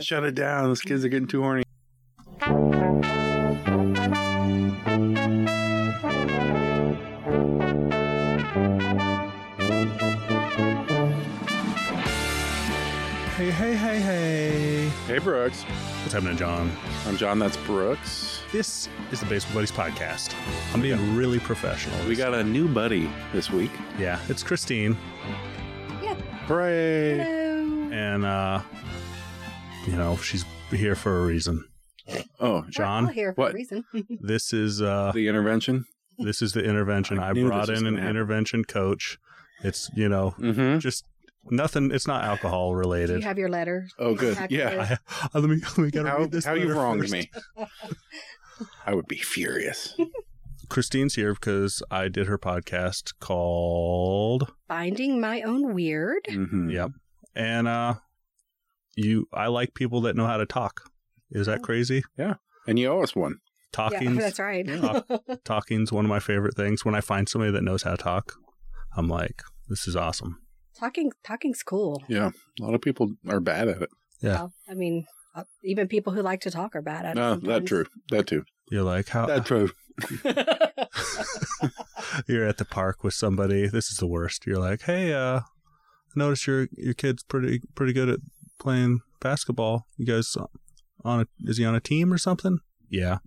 Shut it down. Those kids are getting too horny. Hey, hey, hey, hey. Hey, Brooks. What's happening, John? I'm John. That's Brooks. This is the Baseball Buddies podcast. I'm being really professional. We got a new buddy this week. yeah, it's Christine, Hooray. Hello. and uh, you know she's here for a reason. Oh, We're all John, here for what? a reason. this is uh, the intervention. this is the intervention. I I, knew this brought was in an gonna happen. intervention coach. It's you know Mm-hmm. just nothing. It's not alcohol Do you related. have your letter? Oh, good. Have Yeah. your- I, I, let me let me gotta How, read this. how you letter wronged first. me? I would be furious. Christine's here because I did her podcast called Finding my own weird. Mm-hmm. Yep. And uh you I like people that know how to talk. Is that crazy? And you owe us one. Oh. Yeah, Talking's that's right. talking's one of my favorite things. When I find somebody that knows how to talk, I'm like, this is awesome. Talking, talking's cool. Yeah. A lot of people are bad at it. Yeah. Well, I mean, uh, even people who like to talk are bad at it. No, sometimes. Ah, that true. That too. You're like, how That true. you're at the park with somebody. This is the worst. You're like, hey, uh, notice your your kid's pretty pretty good at playing basketball. You guys on a is he on a team or something? Yeah.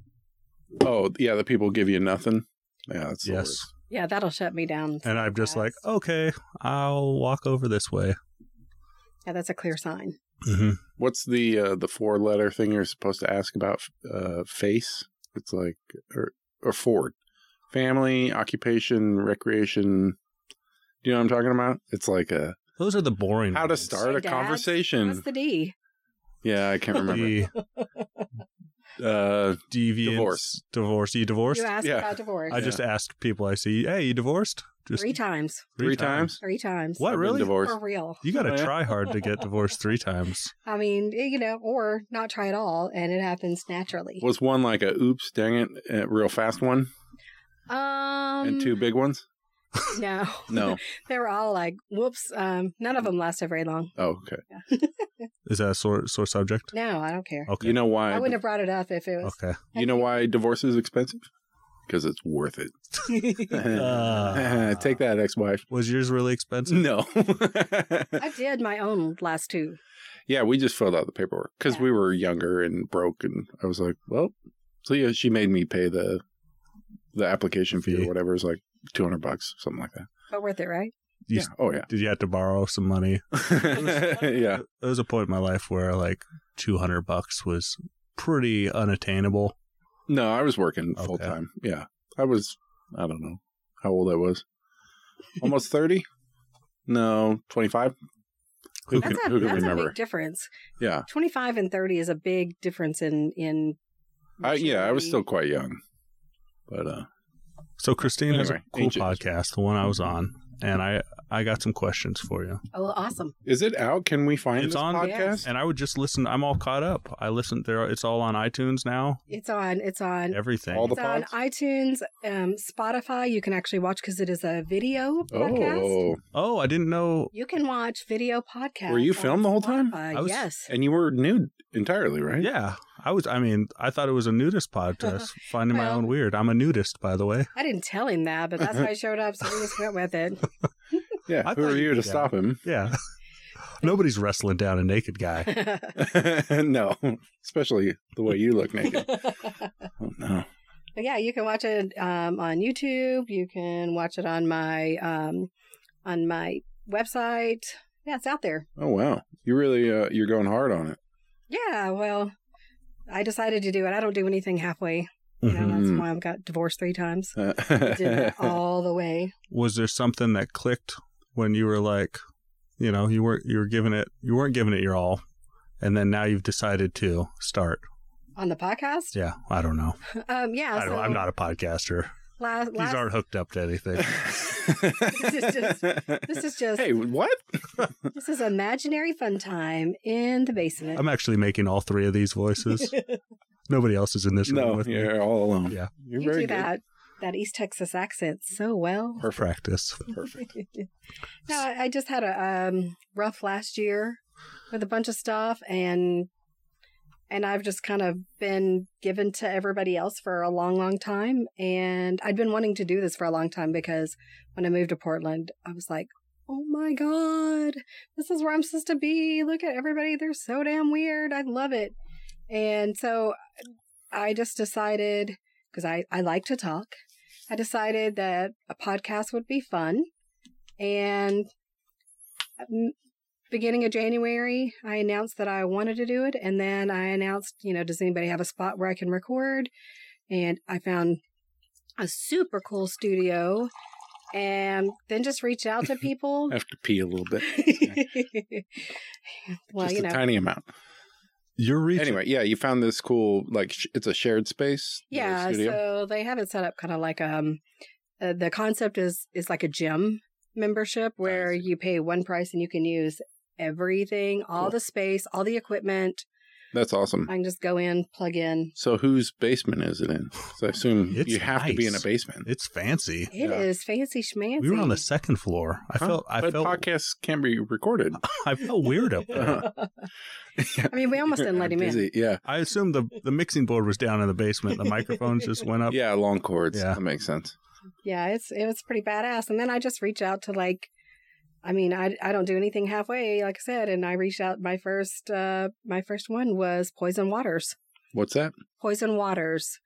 Oh, yeah. The people give you nothing. Yeah. That's the yes. worst. Yeah, that'll shut me down. And I'm just like, Yes. okay, I'll walk over this way. Yeah, that's a clear sign. Mm-hmm. What's the uh, the four letter thing you're supposed to ask about uh, face? It's like or or Ford, family, occupation, recreation. Do you know what I'm talking about? It's like a Those are the boring. how to ones. start a Dads? What's conversation. the D? Yeah, I can't remember. The uh, deviant Divorce. Divorce. You divorced? You asked Yeah. about divorce. I just asked people I see, hey, you divorced? Just three times. three times. Three times. What I've been really? Divorced. For real. You got to Oh, yeah. try hard to get divorced three times. I mean, you know, or not try at all, and it happens naturally. Was one like a oops, dang it, a real fast one, Um, and two big ones? No, No. Mm. they were all like, "Whoops!" Um, none of them lasted very long. Oh, okay. Is that a sore sore subject? No, I don't care. Okay. You know I, why? wouldn't have brought it up if it was. okay. you know why divorce is expensive? Because it's worth it. Uh. Take Mm. that, ex-wife. Was yours really expensive? No. I did my own last two. Yeah, we just filled out the paperwork because Yeah. we were younger and broke, and I was like, "Well, so yeah." She made me pay the the application fee Fee. or whatever. It's like two hundred bucks, something like that. But worth it, right? You yeah. Oh yeah. Did you have to borrow some money? yeah. There was a point in my life where like 200 bucks was pretty unattainable. No, I was working Okay. full time. Yeah, I was. I don't know how old I was. Almost thirty. No, twenty five. Who That's can, a who can that's a remember? big difference. Yeah, Twenty five and thirty is a big difference in in. I, yeah, I was still maturity. quite young, but uh, So Christine has a Anyway, cool ancient. Mm-hmm. podcast, the one I was on, and I I got some questions for you. Oh, awesome! is it out? Can we find It's this on- podcast? And I would just listen. I'm all caught up. I listened there. It's all on iTunes now. It's on. It's on. Everything. All the It's on pods? iTunes, um, Spotify. You can actually watch because it is a video podcast. Oh, oh, I didn't know. You can watch video podcasts. Were you on filmed the whole time? Spotify. I was- yes. And you were nude entirely, right? Yeah, I was. I mean, I thought it was a nudist podcast. Finding my Well- own weird. I'm a nudist, by the way. I didn't tell him that, but that's how I showed up, so we just went with it. Yeah. I Who thought are you- you to yeah. stop him? Yeah. Nobody's wrestling down a naked guy. no, especially the way you look naked. but Oh, no. yeah, you can watch it um, on YouTube. You can watch it on my um, on my website. Yeah, it's out there. Oh wow, you really uh, you're going hard on it. Yeah, well, I decided to do it. I don't do anything halfway. You know, Mhm. Mhm. that's why I got divorced three times. I did that all the way. Was there something that clicked when you were like, you know, you weren't you were giving it you weren't giving it your all, and then now you've decided to start. On the podcast? Yeah, I don't know. Um, yeah. I don't. so I'm not a podcaster. la- Last, These aren't hooked up to anything. is just- this is just- Hey, what? This is imaginary fun time in the basement. I'm actually making all three of these voices. Nobody else is in this room No, with me. you're all alone. Yeah. you're you very do good. that that East Texas accent so well. For practice. Perfect. no, I I just had a um, rough last year with a bunch of stuff, and and I've just kind of been given to everybody else for a long, long time. And I'd been wanting to do this for a long time because when I moved to Portland, I was like, oh my God, this is where I'm supposed to be. Look at everybody. They're so damn weird. I love it. And so I just decided, because I, I like to talk, I decided that a podcast would be fun. And um, beginning of January, I announced that I wanted to do it. And then I announced, you know, does anybody have a spot where I can record? And I found a super cool studio and then just reached out to people. I have to pee a little bit. well, Just you a know, tiny amount. You're reaching. Anyway, yeah, you found this cool, like, sh- it's a shared space. the yeah. studio. So they have it set up kind of like um, uh, the concept is is like a gym membership where see. you pay one price and you can use everything, all Cool. the space, all the equipment. That's awesome. I can just go in, plug in. So whose basement is it in? So I assume It's you have to be in a nice. basement. It's fancy. It is Yeah. fancy schmancy. We were on the second floor. I Huh? felt. I but felt. podcasts can be recorded. I felt weird up there. I mean, we almost didn't let him in. Busy, Yeah, I assumed the the mixing board was down in the basement. The microphones just went up. yeah, long cords. Yeah. That makes sense. Yeah, it's it was pretty badass. And then I just reach out to like, I mean, I I don't do anything halfway, like I said. And I reached out. My first uh my first one was Poison Waters. What's that? Poison Waters.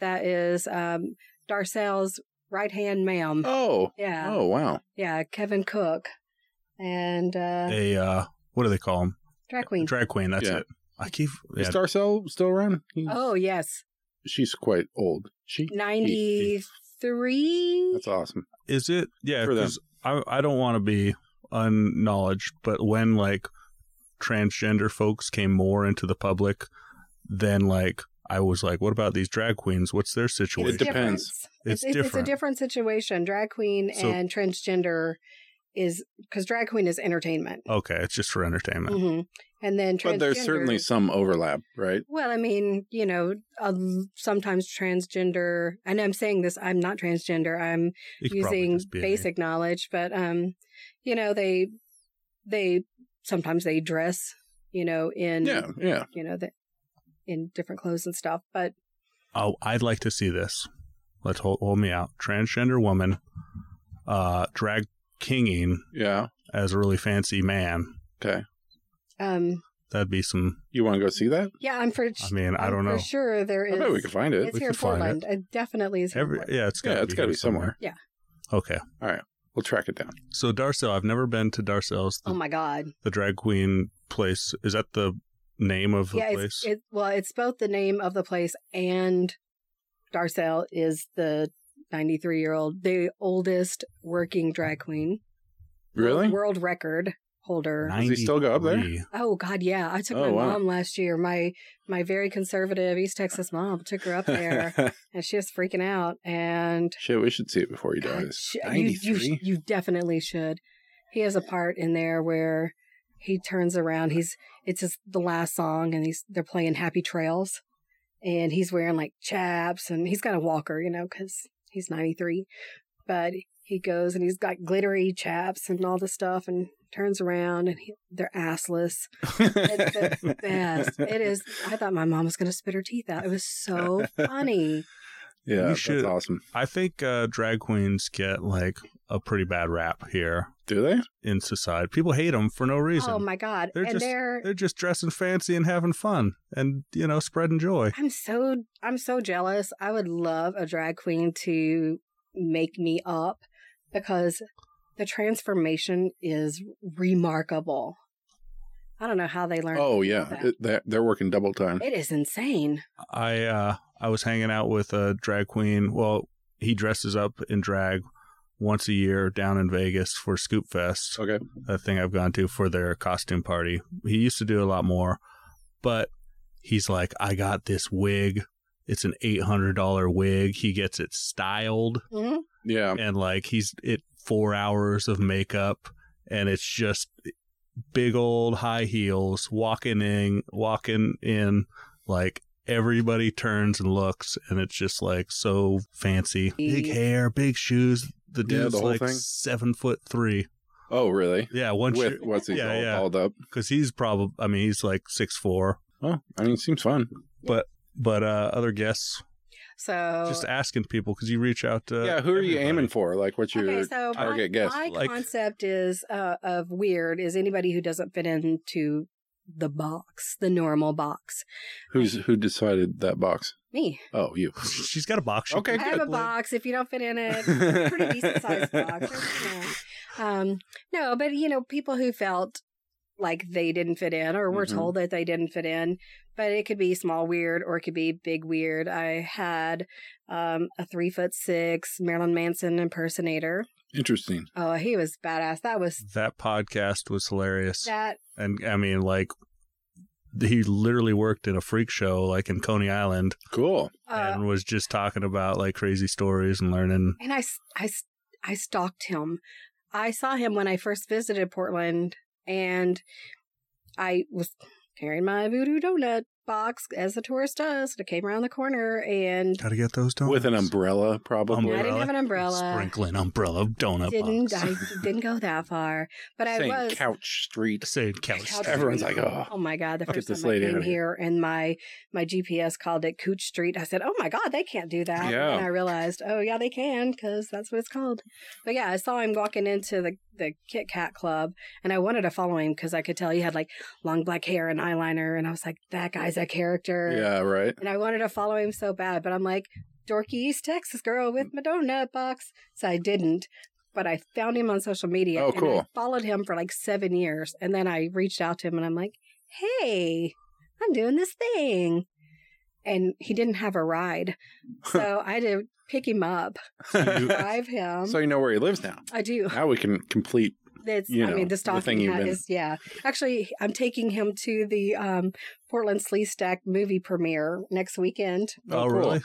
That is um Darcel's right hand ma'am. Oh, Yeah, oh, wow. yeah. Kevin Cook and uh, A uh, what do they call them? drag queen. Drag queen. That's Yeah. it. I keep. Is yeah. Darcel still around? He- oh yes, she's quite old. She. ninety three. That's awesome. Is it? Yeah, For them. because I I don't want to be unknowledged, but when like transgender folks came more into the public, then like I was like, what about these drag queens? What's their situation? It depends. It's a different. different situation. Drag queen So- and transgender is because drag queen is entertainment. Okay, it's just for entertainment. hmm And then transgender. But there's certainly some overlap, right? Well, I mean, you know, uh, sometimes transgender, and I'm saying this, I'm not transgender. I'm It could probably using just be a- basic knowledge, but um, you know, they they sometimes they dress, you know, in Yeah, yeah. you know, the, in different clothes and stuff. But Oh, I'd like to see this. Let's hold, hold me out. Transgender woman, uh, drag kinging Yeah. as a really fancy man. Okay. um, That'd be some. You want to go see that? yeah, I'm for I mean, I I'm don't for know. sure there I is. bet we can find It's it. We here in could find Portland. It. definitely is here. in Every Portland. yeah, it's got Yeah, it's gotta here be somewhere. Yeah. Okay, We'll track it down. so Darcel, I've never been to Darcel's. The, Oh my god! the drag queen place is that the name of the yeah, place? it's it, well, it's both the name of the place and Darcel is the 93 year old, the oldest working drag queen, Really? world record holder. Does he still go up there? 93. Oh God, yeah! I took Oh, my wow. mom last year. My my very conservative East Texas mom took her up there, and she was freaking out. And Shit, we should see it before he God, dies. sh- you, you sh- 93? you definitely should. He has a part in there where he turns around. He's it's his, the last song, and he's they're playing Happy Trails, and he's wearing like chaps, and he's got a walker, you know, because he's ninety three. But he goes and he's got glittery chaps and all this stuff, and turns around, and he, they're assless. It's the best. It is. I thought my mom was going to spit her teeth out. It was so funny. Yeah, We that's should- awesome. I think uh, drag queens get like a pretty bad rap here Do they? in society. People hate them for no reason. Oh my god! They're and just- they're. They're just dressing fancy and having fun and, you know, spreading joy. I'm so I'm so jealous. I would love a drag queen to make me up because the transformation is remarkable. I don't know how they learn. Oh to do yeah, that. it, they're, they're working double time. it is insane. I uh I was hanging out with a drag queen. Well, he dresses up in drag once a year down in Vegas for Scoop Fest, Okay, a thing I've gone to for their costume party. He used to do a lot more, but he's like, I got this wig. It's an eight hundred dollar wig. He gets it styled Mhm. yeah, and like he's it four hours of makeup and it's just big old high heels walking in walking in like everybody turns and looks and it's just like so fancy big hair big shoes the Yeah, the dude's whole like thing. seven foot three Oh really? yeah once With what's he Yeah, all yeah. balled up? because he's probably i mean he's like six four Well, I mean, it seems fun. But uh, other guests, So just asking people because you reach out to. yeah, who are you Uh, everybody. aiming for? Like, what's your okay, so my, target guest? my Like- concept is uh, of weird is anybody who doesn't fit into the box, the normal box. Who's who decided that box? Me, Oh, you. She's got a box. she Okay, can I have a play. box. If you don't fit in it, pretty decent sized box. you know. Um, no, but you know, people who felt like they didn't fit in or were Mhm. told that they didn't fit in, but it could be small weird or it could be big weird. I had um, a three foot six Marilyn Manson impersonator. Interesting. Oh, he was badass. That was That podcast was hilarious, that. and I mean, like, he literally worked in a freak show, like in Coney Island, Cool. Uh, and was just talking about like crazy stories and learning. and I, s- I, s- I stalked him. I saw him when I first visited Portland, and I was carrying my voodoo donut box as a tourist does. And I came around the corner, and Got to get those donuts With an umbrella, probably. I Umbrella. didn't have an umbrella. sprinkling umbrella of donut Didn't box. I? Didn't go that far, but I Saying was. couch street. Say couch. Couch- Everyone's like, oh. Oh my god! The Get first this time I lady came outta here, and my my GPS called it Cooch Street. I said, "Oh my god, they can't do that." Yeah. And I realized, oh yeah, they can because that's what it's called. But yeah, I saw him walking into the the Kit Kat Club, and I wanted to follow him because I could tell he had like long black hair and eyeliner, and I was like, that guy's a character. Yeah, right. And I wanted to follow him so bad, but I'm like, dorky East Texas girl with my donut box. So I didn't. But I found him on social media. Oh, and I cool. followed him for like seven years. And then I reached out to him and I'm like, hey, I'm doing this thing. And he didn't have a ride. So I had to pick him up, drive him. so you know where he lives now. I do. Now we can complete. That's you I know, mean the the thing stocking you've hat been- is yeah. Actually, I'm taking him to the um, Portland Slee Stack movie premiere next weekend, Oh, cool. really?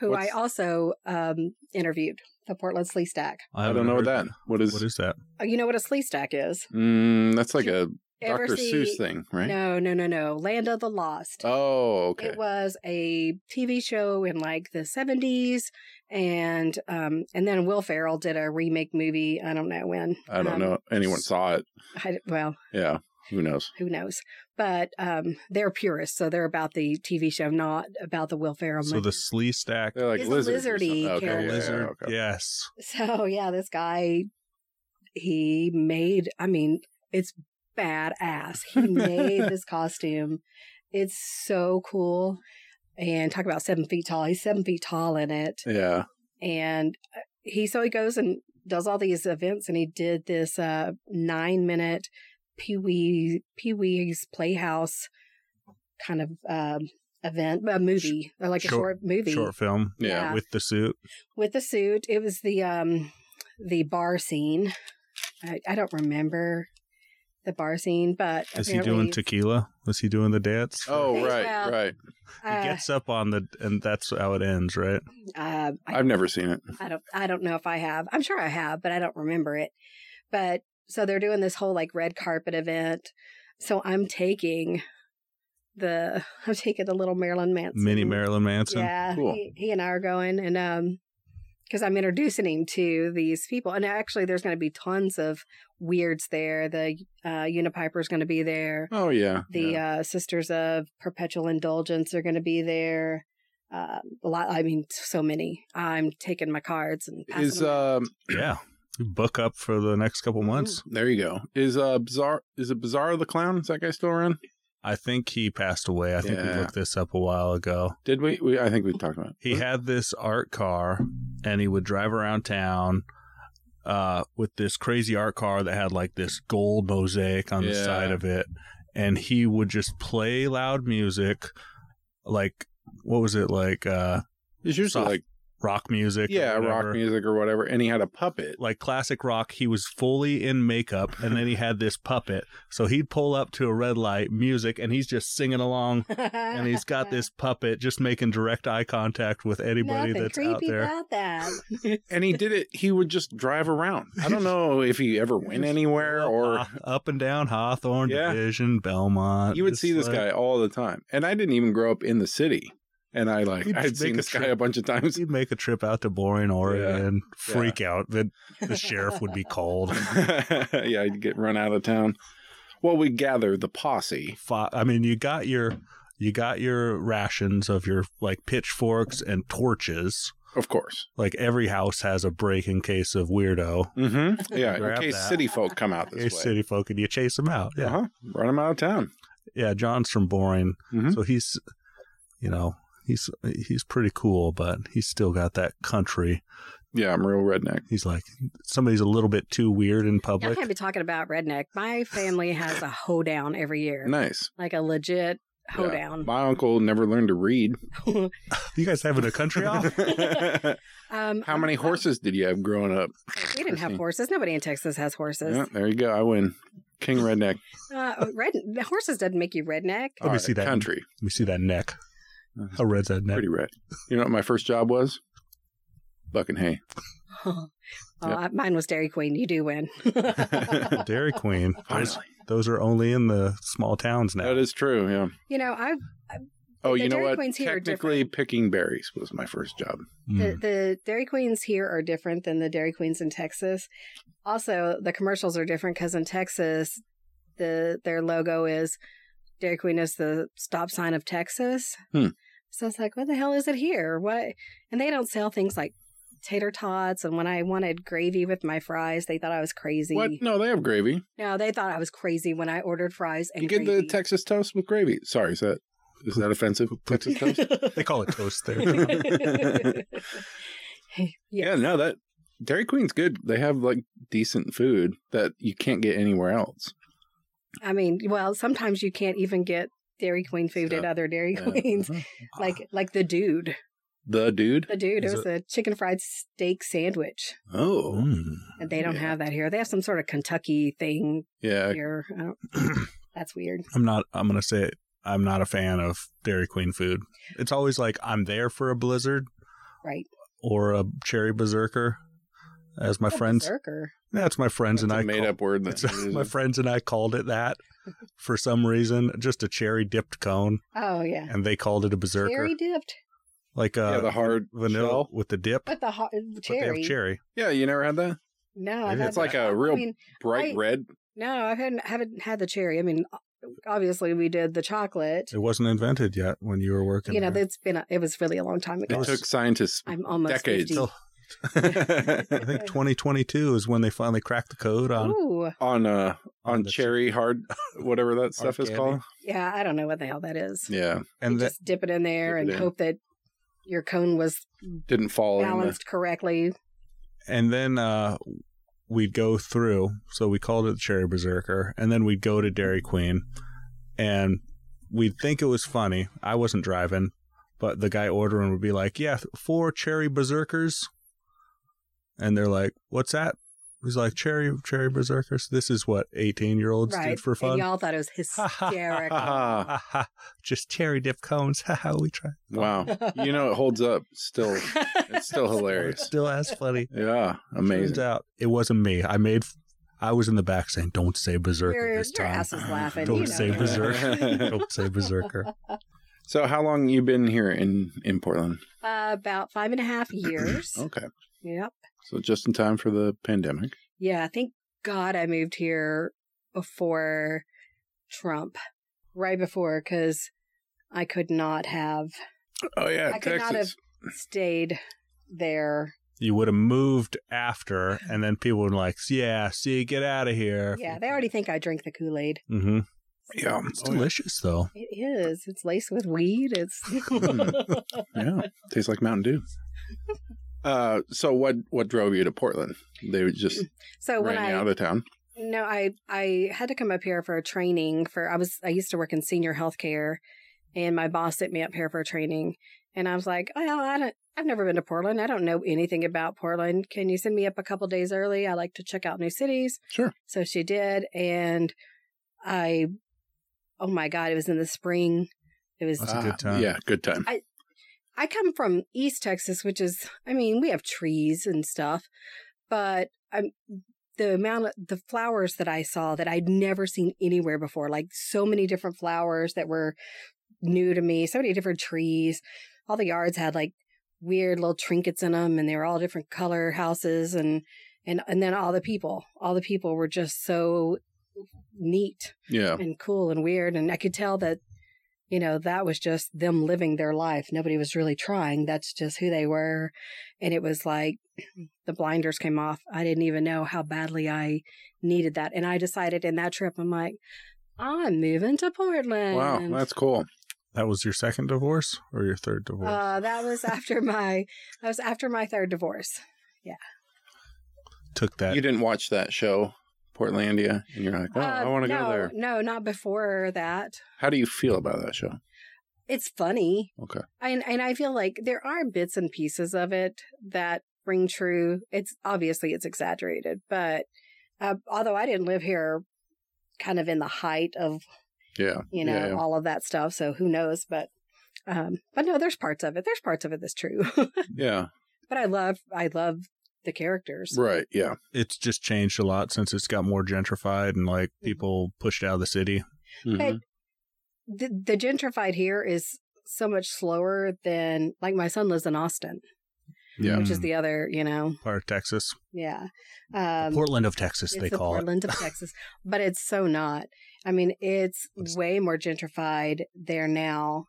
who What's- I also um, interviewed. The Portland Slee Stack. I don't know what haven't that. heard What is? What is that? Oh, you know what a Slee Stack is? Mm, that's like a Ever Dr. see- Seuss thing, right? No, no, no, no. Land of the Lost. Oh, okay. It was a TV show in like the 70s, and um, and then Will Ferrell did a remake movie. I don't know when. I don't Um, know. if Anyone saw it? I, well, Yeah. Who knows? who knows? But um, they're purists, so they're about the TV show, not about the Will Ferrell So movie. the slee stack. They're like It's a lizards. or lizardy something. character. yeah, lizard. yeah, okay. Yes. so yeah, this guy, he made. I mean, it's badass. He made this costume. It's so cool. And talk about seven feet tall. He's seven feet tall in it, Yeah. and uh, he so he goes and does all these events, and he did this uh, nine minute Pee Wee Pee Wee's Playhouse kind of um, event, a movie, or like a Short- short movie Short film Yeah. Yeah. with the suit. with the suit. It was the um the bar scene. I, I don't remember the bar scene, but Is he doing apparently, tequila? Was he doing the dance? Oh, right, Well, right. uh, he gets up on the, and that's how it ends, right? uh, I, I've never seen it. I don't I don't know if I have. I'm sure I have, but I don't remember it. But so they're doing this whole like red carpet event. So I'm taking the I'm taking the little Marilyn Manson Mini Marilyn Manson. Yeah, Cool. he, he and I are going, and um, because I'm introducing him to these people, and actually, there's going to be tons of weirds there. The uh, Unipiper is going to be there. Oh, yeah. The yeah. uh, Sisters of Perpetual Indulgence are going to be there. Uh, a lot. I mean, so many. I'm taking my cards and passing is them out. um Yeah. You Book up for the next couple months. there you go. Is uh bizarre is it Bizarre the Clown? Is that guy still around? I think he passed away. I think we Yeah. looked this up a while ago. Did we, we I think we talked about it. He had this art car and he would drive around town uh, with this crazy art car that had like this gold mosaic on the Yeah. side of it. And he would just play loud music, like, what was it, like uh, It's usually Soft- like rock music? or yeah, whatever. rock music or whatever. And he had a puppet. like classic rock. He was fully in makeup, and then he had this puppet. So he'd pull up to a red light, music, and he's just singing along. uh, And he's got this puppet just making direct eye contact with anybody Nothing that's creepy out there. about that. And he did it he would just drive around. I don't know if he ever went anywhere or Haw- up and down Hawthorne Yeah. Division, Belmont. you would just see this like- guy all the time. And I didn't even grow up in the city. And I like He'd I'd make seen a this guy trip. a bunch of times. He'd make a trip out to Boring, Oregon, Yeah. freak out that the sheriff would be called. yeah, I'd get run out of town. Well, we gather the posse. Fo- I mean, you got your You got your rations of your like pitchforks and torches. Of course. Like every house has a break in case of weirdo. Mm-hmm. Yeah. in Grab case that. city folk come out In this case way. city folk and you chase them out. Yeah. Uh-huh. Run them out of town. Yeah. John's from Boring. Mhm. So he's, you know, he's he's pretty cool, but he's still got that country. Yeah, I'm a real redneck. He's like somebody's a little bit too weird in Y'all public. can't be talking about redneck. My family has a hoedown every year, Nice. like a legit hoedown. My uncle never learned to read. You guys having a country off? Um, How many horses did you have growing up? We didn't have Christine? horses. Nobody in Texas has horses. Yeah, there you go. I win. King redneck. Uh, red the horses doesn't make you redneck. Let me All see that. Country. Let me see that neck. How red's that Uh-huh. neck? Pretty red. You know what my first job was? Bucking hay. Oh, I- mine was Dairy Queen. You do win. Dairy Queen. Those, Finally. those are only in the small towns now. That is true. Yeah. you know, I Oh, The you know Dairy what? Queens here are Technically, picking berries was my first job. Mm. the, the Dairy Queens here are different than the Dairy Queens in Texas. Also, the commercials are different because in Texas, the their logo is Dairy Queen is the stop sign of Texas. Hmm. So it's like, what the hell is it here? What? And they don't sell things like tater tots. And when I wanted gravy with my fries, they thought I was crazy. What? No, they have gravy. No, they thought I was crazy when I ordered fries and You get gravy. the Texas toast with gravy. Sorry, is that is that offensive? Texas toast. they call it toast there. Yes. Yeah, yes. no, that Dairy Queen's good. They have like decent food that you can't get anywhere else. I mean, well, sometimes you can't even get Dairy Queen food at Yeah. other Dairy Yeah. Queens, Mm-hmm. Mhm. like like the dude, The dude. the dude. Is it was a chicken fried steak sandwich, Oh, Mm. and they don't Yeah. have that here. They have some sort of Kentucky thing yeah. here. I don't, that's weird. I'm not. I'm gonna say it. I'm not a fan of Dairy Queen food. It's always like I'm there for a blizzard Right. or a cherry berserker, as my friends. Berserker. That's my friends That's and a I made call- up word. That That's- my friends and I called it that for some reason. Just a cherry dipped cone, Oh yeah. and they called it a berserker, Cherry dipped like a yeah, the hard uh, vanilla shell. with the dip. with the hot But they cherry. have cherry. Yeah, you never had that. No, I've Maybe had It's like that. a real I mean, bright I- red. no, I haven't haven't had the cherry. I mean, obviously we did the chocolate. It wasn't invented yet when you were working. You know, there. it's been a, it was really a long time It ago. took scientists. I'm almost decades. 50. I think 2022 is when they finally cracked the code on Ooh, on uh on the- cherry hard whatever that stuff is candy. called. yeah, I don't know what the hell that is. Yeah, and you that just dip it in Dip there it and in. hope that your cone was didn't fall in the balanced correctly. and then uh, we'd go through. So we called it the Cherry Berserker, and then we'd go to Dairy Queen, and we'd think it was funny. I wasn't driving, but the guy ordering would be like, "Yeah, th- four Cherry Berserkers," and they're like, "What's that?" He's like, "Cherry Cherry Berserkers." This is what 18 year olds Right. did for And fun. y'all thought it was hysterical. Ah, Haha, Just cherry dip cones. Haha, we tried. wow. You know it holds up still. It's still hilarious. Still as funny. Yeah, Turns amazing. out it wasn't me. I made. I was in the back saying, "Don't say berserker your, this your time. ass is laughing. Don't you know say that. berserker. Don't say berserker." So how long you been here in in Portland? Uh, about five and a half years. Oh. Okay. Yep. So just in time for the pandemic. Yeah, thank God I moved here before Trump, right before, because I could not have Oh yeah, I could not have- stayed there. You would have moved after, and then people would like, "Yeah, see, get out of here." Yeah, they already think I drink the Kool Aid. Mm-hmm. Yeah. It's Oh, yeah. delicious though. It is. It's laced with weed. It's Mm. Yeah, tastes like Mountain Dew. Uh, so what what drove you to Portland? They were just so when ran you I out of town. no, I I had to come up here for a training for I was I used to work in senior healthcare, and my boss sent me up here for a training, and I was like, oh, I don't. I've never been to Portland. I don't know anything about Portland. Can you send me up a couple days early? I like to check out new cities. Sure. So she did, and I, oh my god, it was in the spring. It was That's a good time. Ah, Yeah, good time. I come from East Texas, which is, I mean, we have trees and stuff, but I'm the amount of the flowers that I saw that I'd never seen anywhere before, like so many different flowers that were new to me, so many different trees. All the yards had like weird little trinkets in them, and they were all different color houses, and and and then all the people, all the people were just so neat Yeah. and cool and weird, and I could tell that you know, that was just them living their life. Nobody was really trying. That's just who they were. And it was like the blinders came off. I didn't even know how badly I needed that. And I decided in that trip, I'm like, I'm moving to Portland. Wow, that's cool. That was your second divorce or your third divorce? uh, that was after my that was after my third divorce. Took that. You didn't watch that show, Portlandia, and you're like, oh, I Uh, want to no, go there. No, not before that. How do you feel about that show? It's funny. Okay. And and I feel like there are bits and pieces of it that ring true. It's obviously it's exaggerated, but uh, although I didn't live here kind of in the height of, Yeah. you know, Yeah, yeah. all of that stuff, so who knows, but um but no, there's parts of it. There's parts of it that's true. Yeah. but I love I love the characters. Right. Yeah. It's just changed a lot since it's got more gentrified and like Mm-hmm. people pushed out of the city. Mhm. Hey. the, the gentrified here is so much slower than like my son lives in Austin, Yeah. which is the other, you know, Mm. part of Texas, yeah. Um, Portland of Texas, it's they the call Portland of Texas, but it's so not. I mean, it's It's- way more gentrified there now.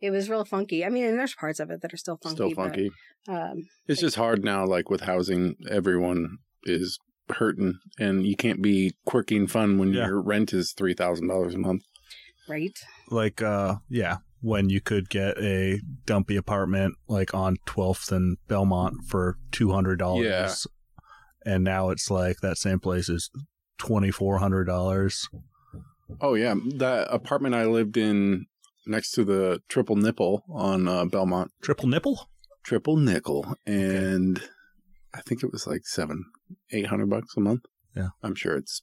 It was real funky. I mean, and there's parts of it that are still funky. Still but, funky. um, It's just hard now, like with housing, everyone is hurting and you can't be quirky and fun when Yeah. your rent is $3,000 a month. right? it. Like, uh, yeah, when you could get a dumpy apartment like on 12th and Belmont for two hundred dollars, Yeah. and now it's like that same place is twenty four hundred dollars. Oh, yeah. That apartment I lived in next to the Triple Nipple on uh, Belmont, Triple nipple. Triple Nickel, and I think it was like seven, 800 bucks a month. Yeah. I'm sure it's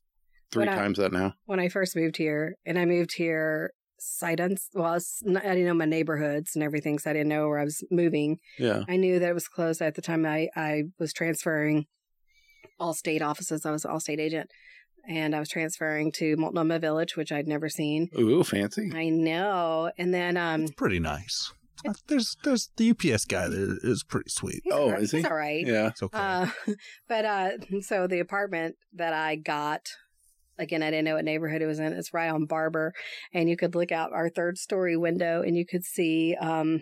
three What I- times that now. When I first moved here, and I moved here sight uns- well, I was not- I didn't know my neighborhoods and everything, so I didn't know where I was moving. Yeah. I knew that it was closed at the time I, I was transferring all state offices. I was an all state agent and I was transferring to Multnomah Village, which I'd never seen. Ooh, fancy. I know. And then, um, It's pretty nice. Uh, There's there's the UPS guy that is pretty sweet. he's Oh, all right- is he? He's all right. Yeah. It's okay. Uh, but, uh, so the apartment that I got, again, I didn't know what neighborhood it was in. It's right on Barber and you could look out our third story window and you could see, um,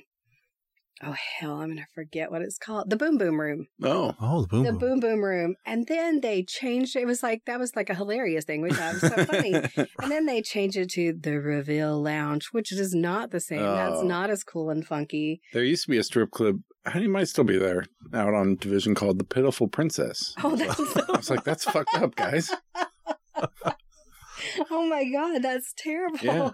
Oh hell, I'm gonna forget what it's called. The Boom Boom Room. Oh. oh, the boom. the boom. boom boom room and then they changed it was like that was like a hilarious thing which i was so funny and then they changed it to the reveal lounge which is not the same that's Oh. not as cool and funky There used to be a strip club. I it might still be there out on Division called the Pitiful Princess. oh that's I was like, that's fucked up, guys. oh my god that's terrible Yeah.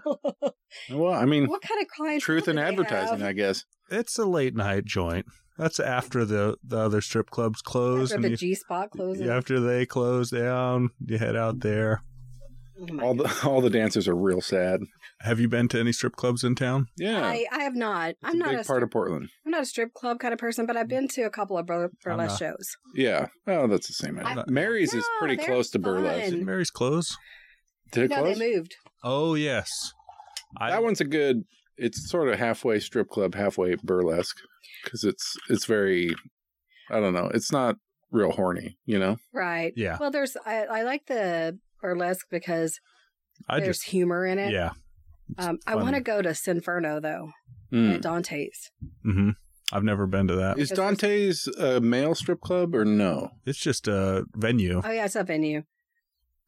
Well, I mean, what kind of client truth in advertising, I guess. It's a late night joint. That's after the the other strip clubs closed. after and the you- G spot closes. after they close down, you head out there. Oh my All the all the dancers are real sad. Have you been to any strip clubs in town? Yeah, I, I have not. I'm a not big a part stri- of Portland. I'm not a strip club kind of person, but I've been to a couple of bur- burlesque Mm. not. shows. Yeah, oh, that's the same. I- Mary's is No, pretty they're close to burlesque. fun. Did Mary's close? Did it no, close? they moved. Oh yes. I, that one's a good. It's sort of halfway strip club, halfway burlesque, because it's it's very. I don't know. It's not real horny, you know. Right. Yeah. Well, there's I, I like the burlesque because I there's just humor in it. yeah. Um, I funny. want to go to Sinferno though Mm. Hmm. at Dante's. Mm-hmm. I've never been to that. Is Dante's a male strip club or no? It's just a venue, Oh yeah, it's a venue.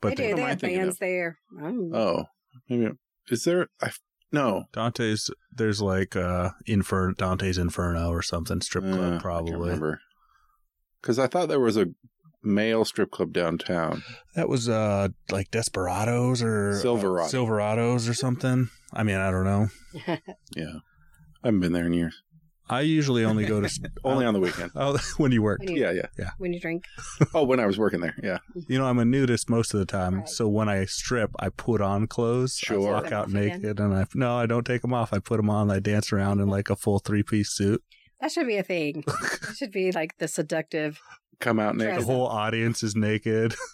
but What they do. am They I have thinking bands of? there. Oh. Oh, maybe. Is there? I f- no. Dante's there's like uh Infer Dante's Inferno or something strip Uh, I club can't probably. remember. Because I thought there was a male strip club downtown. That was uh like Desperados or uh, Silverado. Silverados or something. I mean, I don't know. Yeah, I haven't been there in years. I usually only go to Only on the weekend. oh, when you work. When you, Yeah, yeah. when you drink, Oh, when I was working there. Yeah. You know, I'm a nudist most of the time, Right. so when I strip, I put on clothes. I Sure. walk Take them out off again? naked, and I no, I don't take them off. I put them on. I dance around in like a full three piece suit. that should be a thing. it should be like the seductive. Come out The naked. Dress. whole audience is naked.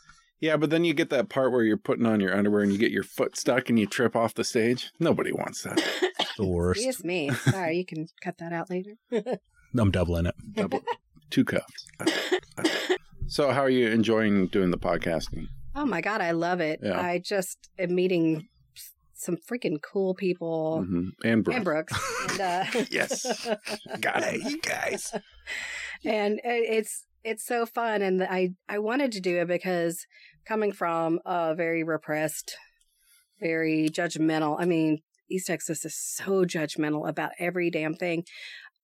Yeah, but then you get that part where you're putting on your underwear and you get your foot stuck and you trip off the stage. Nobody wants that. the worst. See, it's me. Sorry, you can cut that out later. I'm doubling it. Double, two cups. So, how are you enjoying doing the podcasting? Oh my god, I love it. Yeah. I just am meeting s- some freaking cool people. hmm And Brooke. And Brooks. And, uh, Yes. Got it, you guys. and it- it's it's so fun and i i wanted to do it because coming from a very repressed very judgmental i mean east texas is so judgmental about every damn thing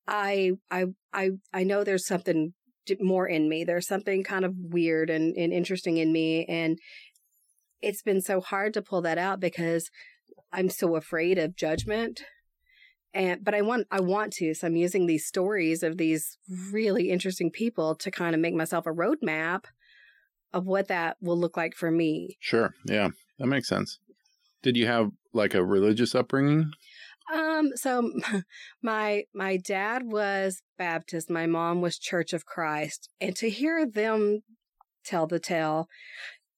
i i i, I know there's something d- more in me there's something kind of weird and, and interesting in me and it's been so hard to pull that out because i'm so afraid of judgment and but i want i want to so i'm using these stories of these really interesting people to kind of make myself a roadmap of what that will look like for me Sure. Yeah. That makes sense. Did you have like a religious upbringing? um so my my dad was baptist my mom was church of christ and to hear them tell the tale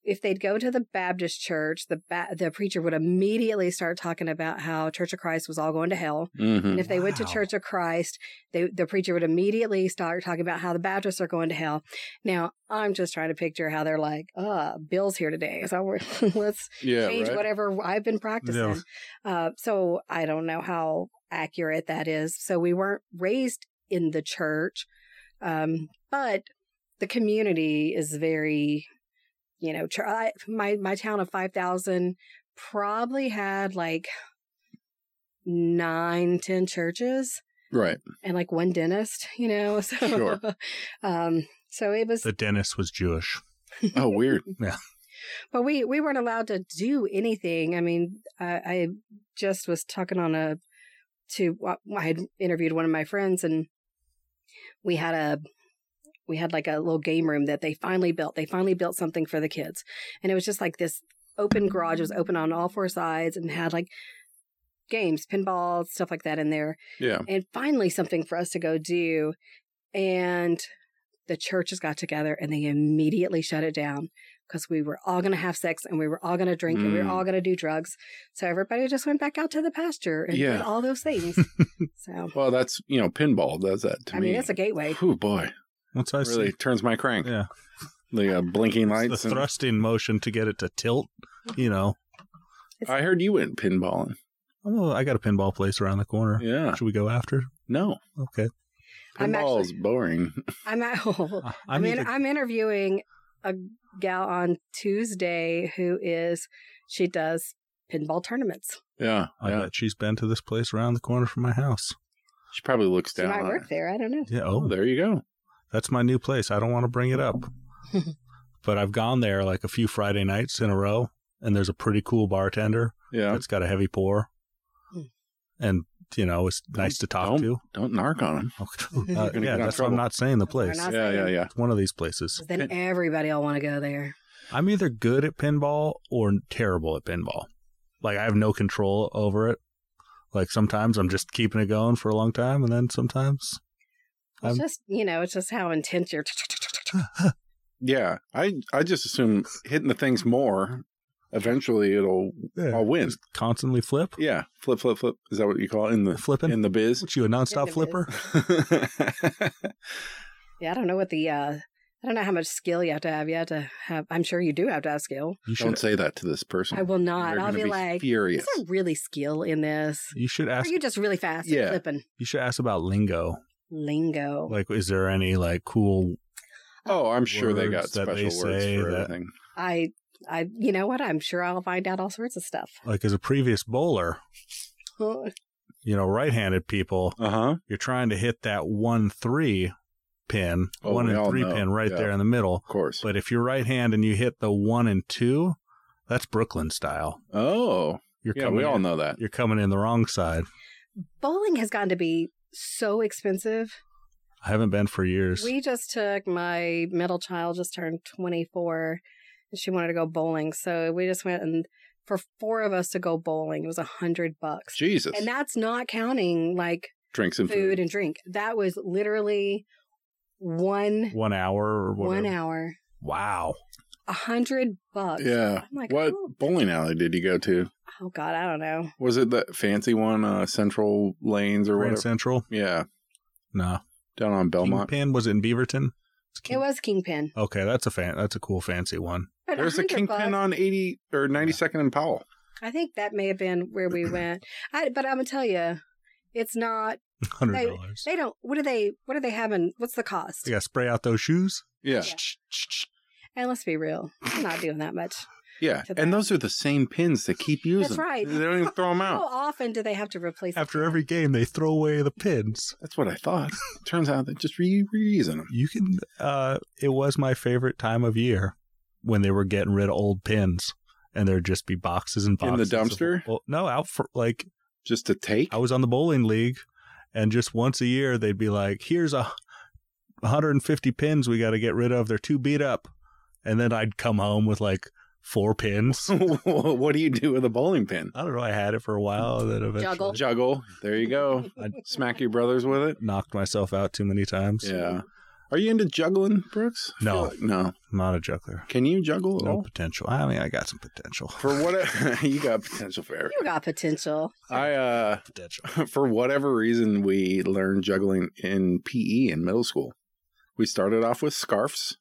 if they'd go to the baptist church the ba- the preacher would immediately start talking about how church of christ was all going to hell Mm-hmm. And if they went to Wow. Church of Christ, they, the preacher would immediately start talking about how the Baptists are going to hell. Now, I'm just trying to picture how they're like, uh, Bill's here today. So we're, let's Yeah. change right? whatever I've been practicing. Uh, so I don't know how accurate that is. So we weren't raised in the church, um, but the community is very, you know, chur- I, my my town of five thousand probably had like nine, ten churches Right. and like one dentist. You know, so Sure. um, so it was The dentist was Jewish. Oh, weird. but we we weren't allowed to do anything i mean i, I just was talking on a to i had interviewed one of my friends and we had a we had like a little game room that they finally built they finally built something for the kids and it was just like this open garage it was open on all four sides and had like games pinball stuff like that in there Yeah. and finally something for us to go do. And the churches got together and they immediately shut it down because we were all going to have sex and we were all going to drink and we were Mm. all going to do drugs. So everybody just went back out to the pasture and Yeah. did all those things. so, Well, that's, you know, pinball does that to I me. mean, it's a gateway. Oh, boy. Once I Really see turns my crank. Yeah. The uh, blinking the lights. and- thrusting motion to get it to tilt, you know, I heard you went pinballing. oh, I got a pinball place around the corner. Yeah. Should we go after? No. Okay. I'm Pinball is boring. I'm at home. I, I I mean, mean, I'm interviewing a gal on Tuesday who is, she does pinball tournaments. Yeah. I yeah. bet she's been to this place around the corner from my house. She probably looks She down. might on work it. there. I don't know. Yeah. Oh, Oh, there you go. that's my new place. I don't want to bring it up. but I've gone there like a few Friday nights in a row, and there's a pretty cool bartender Yeah. that's got a heavy pour. Hmm. And, you know, it's nice to talk don't- to. Don't narc on him. Okay. You're Uh, gonna get yeah, in that's why trouble. I'm not saying the We're place. not- I'll Yeah, say- yeah, yeah. It's one of these places. Then Pin- everybody will want to go there. I'm either good at pinball or terrible at pinball. Like I have no control over it. Like sometimes I'm just keeping it going for a long time, and then sometimes It's I'm- just you know, it's just how intense you're. Yeah. I I just assume hitting the things more, eventually it'll yeah, I'll win. just constantly flip, Yeah. Flip, flip, flip. Is that what you call it in the flipping. in the biz? What you a Kind of nonstop is. flipper? Yeah, I don't know what the. uh I don't know how much skill you have to have. You have to have. I'm sure you do have to have skill. You should Don't say that to this person. I will not. They're I'll gonna be, like, furious. is there really skill in this? you should Are ask you just really fast Yeah. at flipping you should ask about lingo. lingo? Like, is there any like cool? uh, Oh, I'm sure they got Words that special they words say for that- everything. I, I, you know what? I'm sure I'll find out all sorts of stuff. Like, as a previous bowler, you know, right-handed people, Uh huh. you're trying to hit that one three pin, Oh, one we and all three know. pin right Yeah. there in the middle. Of course. But if you're right hand and you hit the one and two, that's Brooklyn style. oh, You're yeah. coming We all in, know that. You're coming in the wrong side. Bowling has gotten to be so expensive. I haven't been for years. We just took my middle child just turned 24 and she wanted to go bowling. So we just went and for four of us to go bowling, it was a hundred bucks. Jesus. And that's not counting like Drinks and food food. and drink. That was literally one one hour or whatever. one hour, Wow. a hundred bucks. yeah. I'm like, what oh. bowling alley did you go to? Oh God, I don't know. Was it that fancy one, uh, Central Lanes or Grand whatever? Central? Yeah, No. down on Belmont. Kingpin was it in Beaverton? It's King- It was Kingpin. okay, that's a fan. That's a cool fancy one. But There's a 100 kingpin bucks- on 80 or 92nd and Powell. I think that may have been where we went. I, but I'm gonna tell you, it's not. Hundred dollars. They don't. What do they? What are they having? What's the cost? You gotta spray out those shoes. Yeah. And let's be real, I'm not doing that much. Yeah. To And that. those are the same pins they keep using. right. Oh. They don't even throw them How out. often do they have to replace? the After car? every game, they throw away the pins. That's what I thought. Turns out they're just re- reusing them. You can. Uh, it was my favorite time of year when they were getting rid of old pins, and there'd just be boxes and In the boxes. of- dumpster? well, no, out for like Just to take. I was on the bowling league, and just once a year they'd be like, "Here's a 150 pins we got to get rid of. They're too beat up," and then I'd come home with like four pins. what do you do with a bowling pin? I don't know. I had it for a while, and then eventually Juggle. Juggle. There you go. Smack your brothers with it. knocked myself out too many times. Yeah. Are you into juggling, Brooks? I feel No. like- no. I'm not a juggler. Can you juggle at No all? potential. I mean, I got some potential. For what you got potential for You everything. got potential. I uh Potential. for whatever reason, we learned juggling in PE in middle school. We started off with scarves,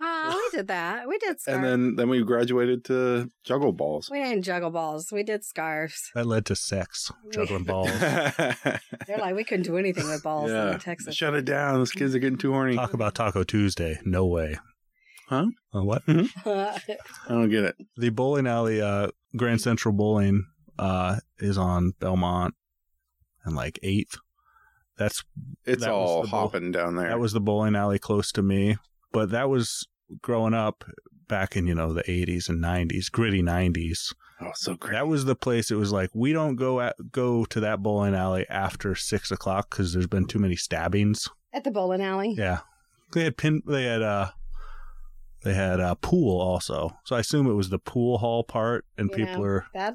Oh, we did that. We did scarves. and then then we graduated to juggle balls. we didn't juggle balls. We did scarves. That led to sex, juggling balls. They're like we couldn't do anything with balls Yeah. in Texas. Shut it down. Those kids are getting too horny. Talk about Taco Tuesday. No way. Huh? Uh, what? I don't get it. The bowling alley, uh, Grand Central Bowling, uh, is on Belmont and like 8th. That's It's That was all the bowl- hopping down there. that was the bowling alley close to me, but that was growing up back in, you know, the 80s and 90s, gritty 90s. oh so great. That was the place. It was like we don't go at, go to that bowling alley after six o'clock because there's been too many stabbings. At the bowling alley. Yeah, they had pin. They had uh, they had uh, pool also. So I assume it was the pool hall part, and You people know. are. That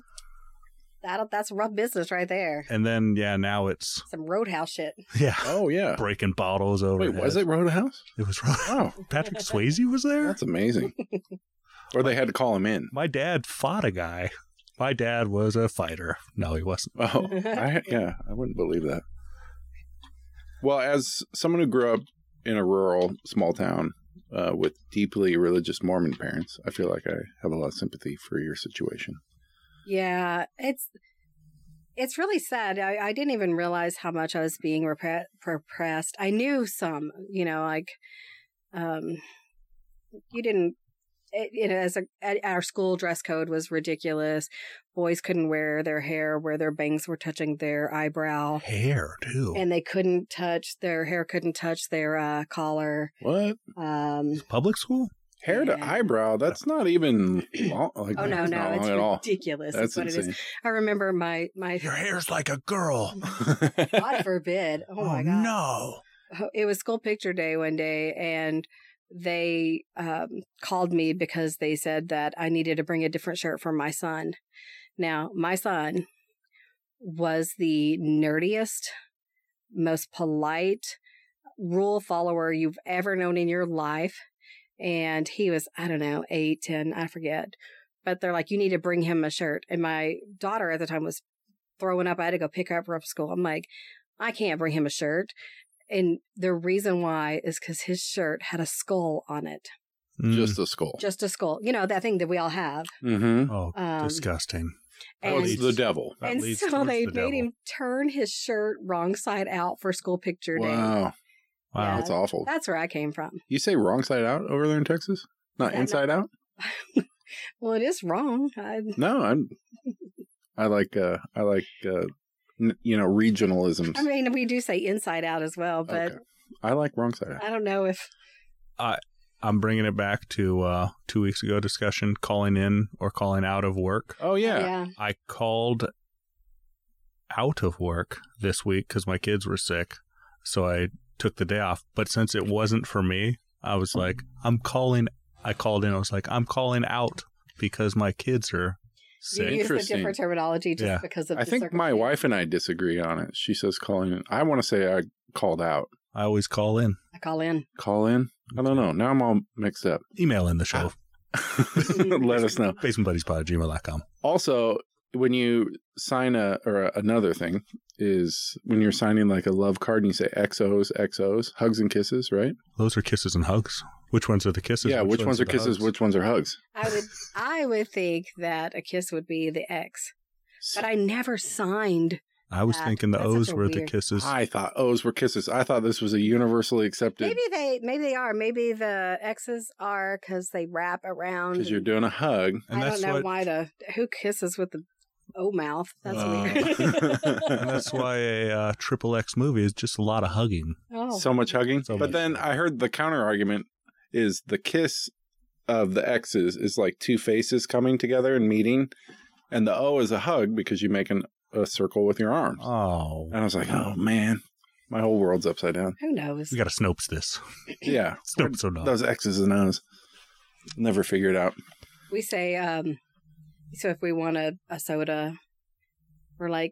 that that's rough business right there. And then yeah, now it's Some roadhouse shit. yeah, Oh yeah. breaking bottles over. Wait, was it Roadhouse? It was Wow, Patrick Swayze was there. that's amazing. or they had to call him in. My dad fought a guy. My dad was a fighter. No, he wasn't. Oh, I, yeah, I wouldn't believe that. Well, as someone who grew up in a rural small town uh, with deeply religious Mormon parents, I feel like I have a lot of sympathy for your situation. Yeah, it's it's really sad. I, I didn't even realize how much I was being repre- repressed. I knew some, you know, like um, you didn't. It, it as a, at our school dress code was ridiculous. Boys couldn't wear their hair where their bangs were touching their eyebrow, Hair too. Oh. and they couldn't touch their hair couldn't touch their uh, collar. What Um, Public school. hair to Yeah. eyebrow? That's not even long. Like, oh no, that's no, not it's long at all. ridiculous. That's is what it insane. is. I remember my my. Your hair's like a girl. God forbid! Oh, my god! No. it was school picture day one day and they um, called me because they said that i needed to bring a different shirt for my son now my son was the nerdiest most polite rule follower you've ever known in your life and he was i don't know eight ten i forget but they're like you need to bring him a shirt and my daughter at the time was throwing up i had to go pick her up from school i'm like i can't bring him a shirt and the reason why is because his shirt had a skull on it. Just a skull. Just a skull. You know, that thing that we all have. mm-hmm. oh, Um, disgusting. and- Well, it's the devil. That and leads so towards they the made devil. him turn his shirt wrong side out for school picture day. Wow, Wow. that's awful. That's where I came from. You say wrong side out over there in Texas? Not Is that not- inside out? Well, it is wrong. I, No, I'm. I like. uh I like. uh n- You know, regionalisms. I mean, we do say inside out as well, but Okay. I like wrong side out. I don't know if I'm bringing it back to uh, two weeks ago discussion calling in or calling out of work. Oh yeah. yeah. I called out of work this week because my kids were sick. So I took the day off. But since it wasn't for me, I was like, I'm calling. I called in. I was like, I'm calling out because my kids are You sick. use the Interesting. different terminology just Yeah. because of I the think my circumstance. wife and I disagree on it. She says calling in. I want to say I called out. I always call in. I call in. Call in? I don't know. Now I'm all mixed up. Email in the show. Mm-hmm. Let us know. basementbuddiespod at gmail.com. Also, when you sign a or a, another thing is when you're signing like a love card and you say XOs, XOs, hugs and kisses, right? Those are kisses and hugs. Which ones are the kisses? yeah, which, ones are the kisses? hugs? Which ones are hugs? I would I would think that a kiss would be the X, but I never signed. I was that- thinking the that's such O's a were the weird- kisses. I thought O's were kisses. I thought this was a universally accepted Maybe they maybe they are. Maybe the X's are because they wrap around. because you're doing a hug. and I that's don't know what, why the who kisses with the O mouth. That's Uh, weird. and that's why a uh, triple X movie is just a lot of hugging. oh, So much hugging. So but much then I heard the counter argument is the kiss of the X's is like two faces coming together and meeting, and the O is a hug because you make an, a circle with your arms. Oh, And I was like, oh man, my whole world's upside down. who knows? we got to Snopes this. Yeah, Snopes or not? those X's and O's. Never figured out. We say um, so if we want a, a soda, we're like,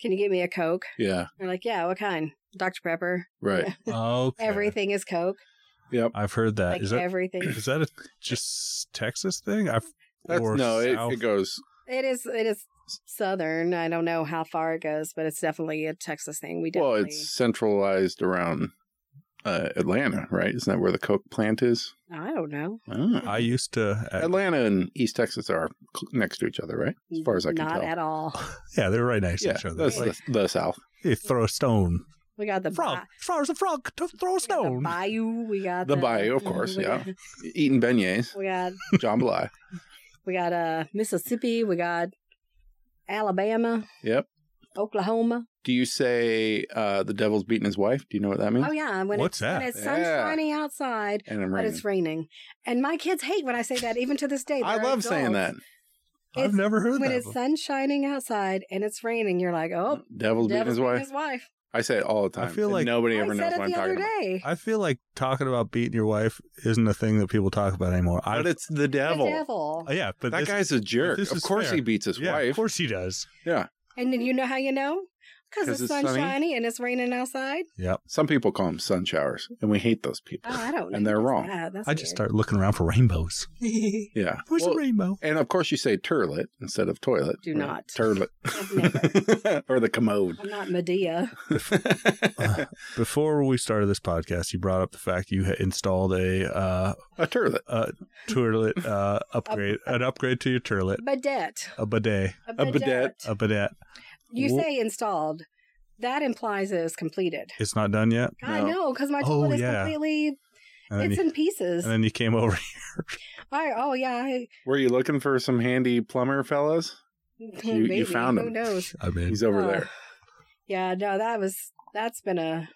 can you get me a Coke? Yeah, They're like, yeah, what kind? Dr Pepper. right. okay. Everything is Coke. Yep. I've heard Uh, that. Like Is that everything. is that a just Texas thing? I've That's, or no, it, South- it goes. It is. It is southern. I don't know how far it goes, but it's definitely a Texas thing. We Well, definitely. it's centralized around uh, Atlanta, right? Isn't that where the Coke plant is? I don't know. Ah. I used to. uh, Atlanta and East Texas are cl- next to each other, right? As far as I can Not tell. at all. yeah, they're right next yeah, to each other. that's Like, the, the South. you throw a stone. We got the frog. bi- Frog is a frog. Th- Throw a we got the stone. bayou. We got The bayou, of course, we yeah. got- Eating beignets, we got jambalaya. we got uh Mississippi. We got Alabama, Yep. Oklahoma. Do you say uh, the devil's beating his wife? Do you know what Hmm? that means? Oh yeah. When What's it's, that? When it's Yeah. sunshiny outside. And I'm But raining. it's raining, and my kids hate when I say that. Even to this day, I They're love saying that. adults. I've It's- never heard When that. it's before. sun shining outside and it's raining, you're like, "Oh, Devil's beating devil's his beating Mm-hmm. wife. his wife." I say it all the I time. feel and like- nobody I ever knows said what it I'm the talking other about. day. I feel like talking about beating your wife isn't a thing that people talk about anymore. I, But it's the devil. The devil. Uh, yeah, but That this, guy's a jerk. this Of is course fair. he beats his yeah, wife. of course he does. Yeah. And then you know how you know? 'Cause Because it's, it's sunny? sunshiny and it's raining outside. Yep. Some people call them sun showers, and we hate those people. Oh, I don't know. And they're wrong. That. That's I just weird. start looking around for rainbows. Yeah. Where's Well, a rainbow? and of course, you say turlet instead of toilet. Do right? not. Turlet. I've never. or the commode. I'm not Medea. Uh, Before we started this podcast, you brought up the fact you had installed a uh, a turlet. a turlet uh, upgrade, an upgrade to your turlet, Badette. a bidet, A bidet. a bidet. You Wha- say installed. That implies it is completed. It's not done yet. I No. know, because my Oh, toilet is yeah. completely, And then, it's you, in pieces. and then you came over. I, oh, yeah. I, Were you looking for some handy plumber fellas? you maybe, found Who him. knows? I mean, He's over Oh. there. Yeah, no, that was, that's been a,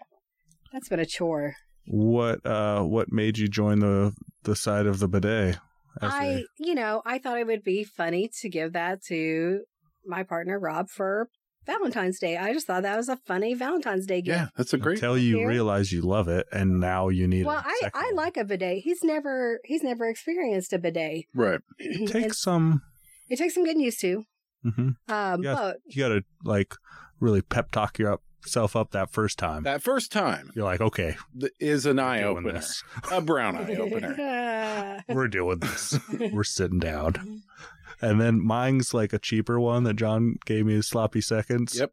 that's been a chore. what uh, what made you join the the side of the bidet? as I, they- you know, I thought it would be funny to give that to my partner Rob for Valentine's Day. I just thought that was a funny Valentine's Day gift. Yeah, that's a great. until you Here. realize you love it, and now you need. Well, a I, second I one. like a bidet. He's never he's never experienced a bidet. Right. And take some. it takes some getting used to. hmm Um, Yes. but You gotta like really pep talk yourself up that first time. That first time You're like, okay, th- is an eye we're doing opener, this. a brown eye opener. We're doing this. We're sitting down. And then mine's like a cheaper one that John gave me as sloppy seconds. Yep.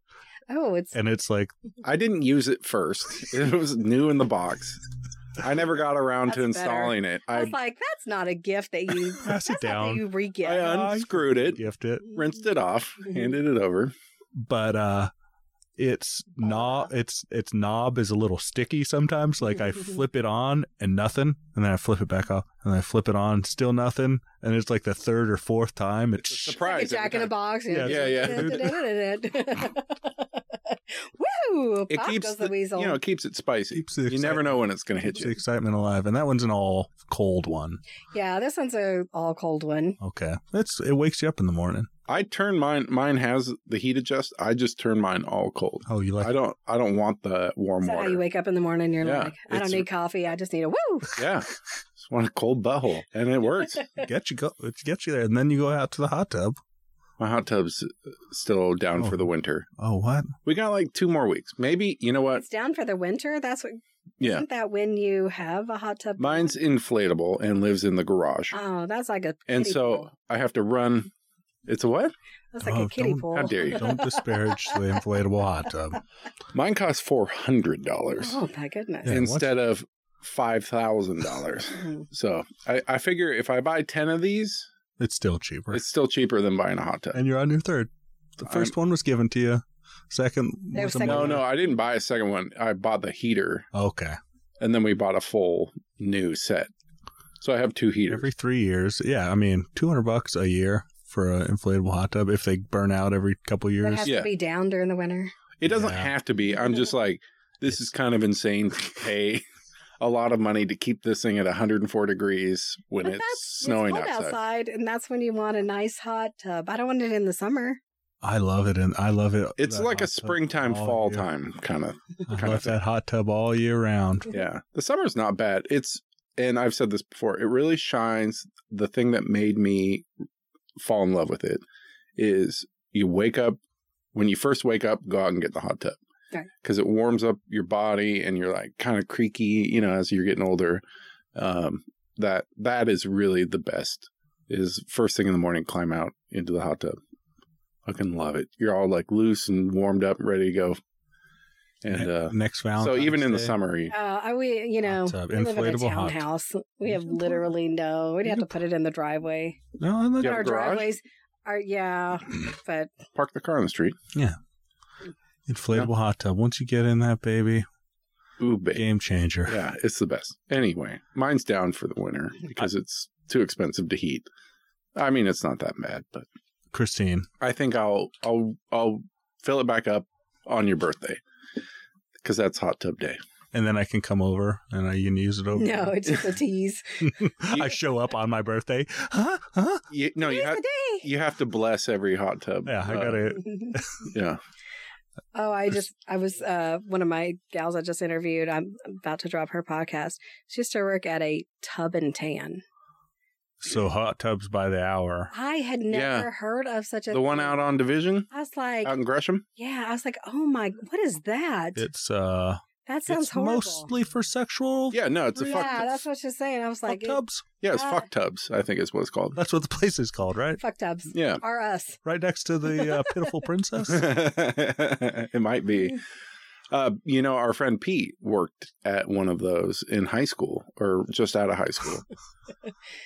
oh, it's And it's like, I didn't use it first. It was new in the box. I never got around to That's better. installing it. I I, was like, that's not a gift that you Pass it that's not that down. you re-gift. I unscrewed it, gift it. rinsed it off, Mm-hmm. handed it over. But uh it's knob it's its knob is a little sticky sometimes. Like I flip it on and nothing, and then I flip it back off, and then I flip it on, still nothing. And it's like the third or fourth time It's a it's Like a surprise. every jack in a time. box. Yeah, Woo! It Pop keeps goes the- the weasel. You know, it keeps it spicy. keeps the You never excitement- know when it's going to hit keeps the you. excitement alive. And that one's an all cold one. yeah, this one's a all cold one. Okay. It's it wakes you up in the morning. I turn mine. Mine has the heat adjust. I just turn mine all cold. Oh, you like I don't. I don't want the warm Is that how you water. wake up in the morning? You're Yeah, like, I don't it's- need coffee. I just need a woo. Yeah, just want a cold butthole, and it works. get you go it gets you there and then you go out to the hot tub My hot tub's still down Oh. for the winter. oh what We got like two more weeks. Maybe you know what? It's down for the winter. That's what. Yeah, Isn't that when you have a hot tub? mine's inflatable and lives in the garage, Oh, that's like a. and kiddie so pool. I have to run. It's a what? that's like Oh, a kiddie don't- pool. How dare you? don't disparage the inflatable hot tub Mine costs four hundred dollars Oh my goodness. Yeah, instead of five thousand dollars. Mm. So I, I figure if I buy ten of these, It's still cheaper. it's uh, still cheaper than buying a hot tub. and you're on your third. The 1st one was given to you. Second Their was a second No, month. no, I didn't buy a second one. I bought the heater, Okay. and then we bought a full new set. So I have two heaters. Every three years. Yeah, I mean, 200 bucks a year for an inflatable hot tub if they burn out every couple That years. has Yeah. to be down during the winter. It doesn't Yeah. have to be. I'm just like, this is kind of insane to pay a lot of money to keep this thing at 104 degrees when But it's that's snowing it's cold outside. outside. and that's when you want a nice hot tub. I don't want it in the summer. I love it. And I love it. It's that like a hot tub springtime, all fall year. time kind of. I kind love of thing. that hot tub all year round. Yeah. The summer's not bad. It's, and I've said this before, it really shines. The thing that made me fall in love with it is you wake up, when you first wake up, go out and get the hot tub. Right. Because it warms up your body and you're like kind of creaky, you know, as you're getting older. Um, that that is really the best. Is first thing in the morning, climb out into the hot tub. Fucking love it. You're all like loose and warmed up, and ready to go. And Ne- uh, next so Valentine's even in the Day, summer, you, Uh, I- we, you know, Hot tub. we live in a Inflatable hot tub. townhouse. We You have can put- literally no. We'd you have can to put it in the driveway. No, I like Do you But have our a garage? driveways are yeah, but park the car on the street. inflatable hot tub. Once you get in that baby, Ooh, babe. game changer. Yeah, it's the best. Anyway, mine's down for the winter because it's too expensive to heat. I mean, it's not that bad, but Christine, I think I'll I'll I'll fill it back up on your birthday because that's hot tub day. and then I can come over and I can use it over. no, it's just a tease. I show up on my birthday. Huh? Huh? You, no, Oh, you Today's have the you have to bless every hot tub. Yeah, I Uh, gotta. day. Yeah, Oh, I just I was uh one of my gals I just interviewed. I'm about to drop her podcast. She used to work at a tub and tan. So hot tubs by the hour. I had never heard of such a the one thing. out on Division I was like, out in Gresham. yeah, I was like, oh my, what is that? It's uh, that sounds it's horrible. mostly for sexual Yeah, no, it's a fuck. yeah, that's what she's saying. I was hot like, fuck, tubs. yeah, it's Ah. fuck tubs. I think is what it's called. That's what the place is called, right? fuck tubs Yeah, are us. Right next to the uh, pitiful princess. it might be. Uh, you know, our friend Pete worked at one of those in high school or just out of high school,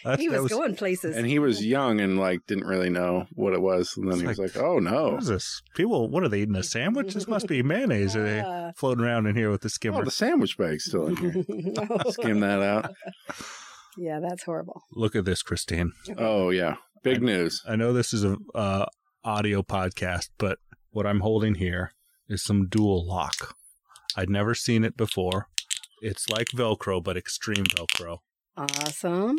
That's, he that was, going places. and he was young and like didn't really know what it was. And then he was like, "Oh no, What is this? People, what are they eating? A sandwich? This must be mayonnaise. that they Uh, floating around in here with the skimmer. oh, the sandwich bag's still in here." Skim that out. yeah, that's horrible. Look at this, Christine. Oh yeah, big news. I know this is a uh, audio podcast, but what I'm holding here is some dual lock. I'd never seen it before. It's like Velcro, but extreme Velcro. Awesome.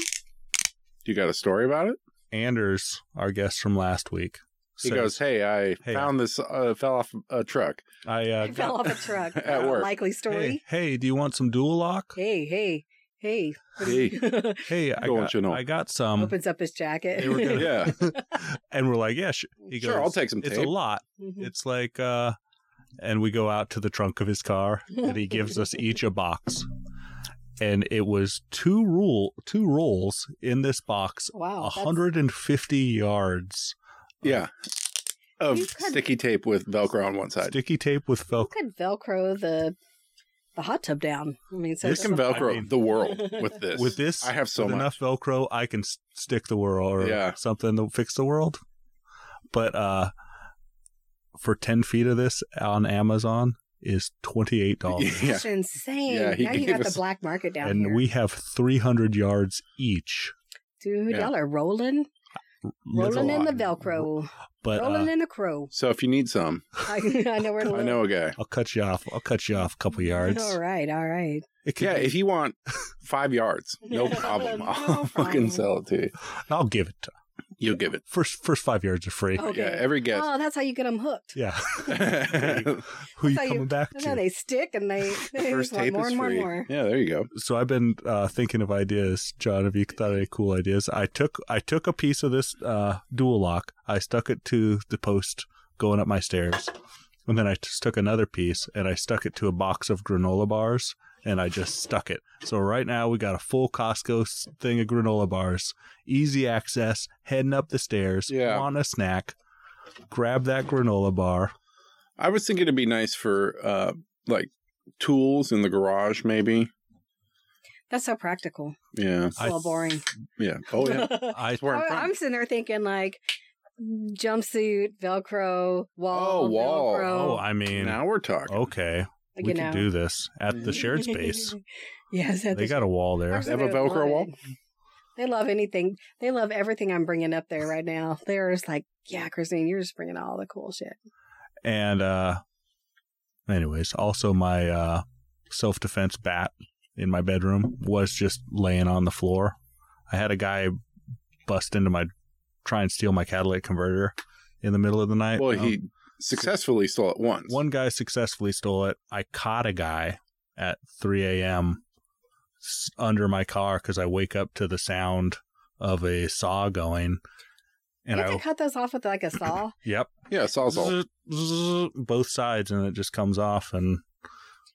You got a story about it? Anders, our guest from last week, He says, goes, "Hey, I Hey, found this. Uh, fell off a truck." "I uh, I fell got- off a truck. At Not a work. Likely Hey, story. hey, do you want some dual lock? Hey, hey, hey. Hey. Hey, I Don't got, you know." I got Um, some." Opens up his jacket. They were good. Yeah, and we're like, "Yeah, sh-. He sure. goes, I'll take some It's tape. a lot. Mhm. It's like, uh, and we go out to the trunk of his car, and he gives us each a box. And it was two rule two rolls in this box, wow. Oh, that's- 150 yards. yeah, of You could- sticky tape with Velcro on one side. Sticky tape with You Velcro. could Velcro the the hot tub down. I mean, so You can Velcro I mean- the world with this. With this, I have so with much. enough Velcro, I can s- stick the world or Yeah. something to fix the world. But uh, for 10 feet of this on Amazon is $28. Yeah. That's insane. Yeah, he now you gave got the us- black market down and here. we have 300 yards each. Dude, Yeah. y'all are rolling, That's a rolling in the lot. Velcro, But uh, rolling in the crow. So if you need some, I, I know where to I look. know a guy. I'll cut you off. I'll cut you off a couple yards. All right, all right. It could Yeah, be- if you want five yards, no problem. No I'll problem. fucking sell it to you. I'll give it. To, You'll give it. first, first five yards are free. Okay. Yeah, every Um, guest. Oh, that's how you get them hooked. Yeah. First Who you So you- coming back I know to? they stick and they, they just want tape more is and more free. and more. Yeah, there you go. So I've been uh, thinking of ideas, John. Have you thought of any cool ideas? I took I took a piece of this uh, dual lock. I stuck it to the post going up my stairs, and then I just took another piece and I stuck it to a box of granola bars, and I just stuck it. So right now we got a full Costco s- thing of granola bars, easy access, heading up the stairs, Yeah. want a snack, grab that granola bar. I was thinking it'd be nice for uh like tools in the garage, maybe. That's so practical. Yeah. It's a little I- boring. Yeah. Oh yeah. I That's where I'm I- from. I'm sitting there thinking like jumpsuit, Velcro, wall, Oh, wall. oh, Velcro. I mean, Now we're talking. okay, you we know. can do this at the shared space. yes, at They the got a wall there. Ours They have They a would love Velcro wall. it. They love anything. They love everything I'm bringing up there right now. They're just like, yeah, Christine, you're just bringing all the cool shit. And uh anyways, also my uh self-defense bat in my bedroom was just laying on the floor. I had a guy bust into my try and steal my catalytic converter in the middle of the night. Well, Um, he successfully stole it once. one guy successfully stole it. I caught a guy at 3 a.m. s- under my car because I wake up to the sound of a saw going, and you have I to cut those off with like a saw. yep, Yeah, Sawzall. zzz, zzz, both sides, and it just comes off, and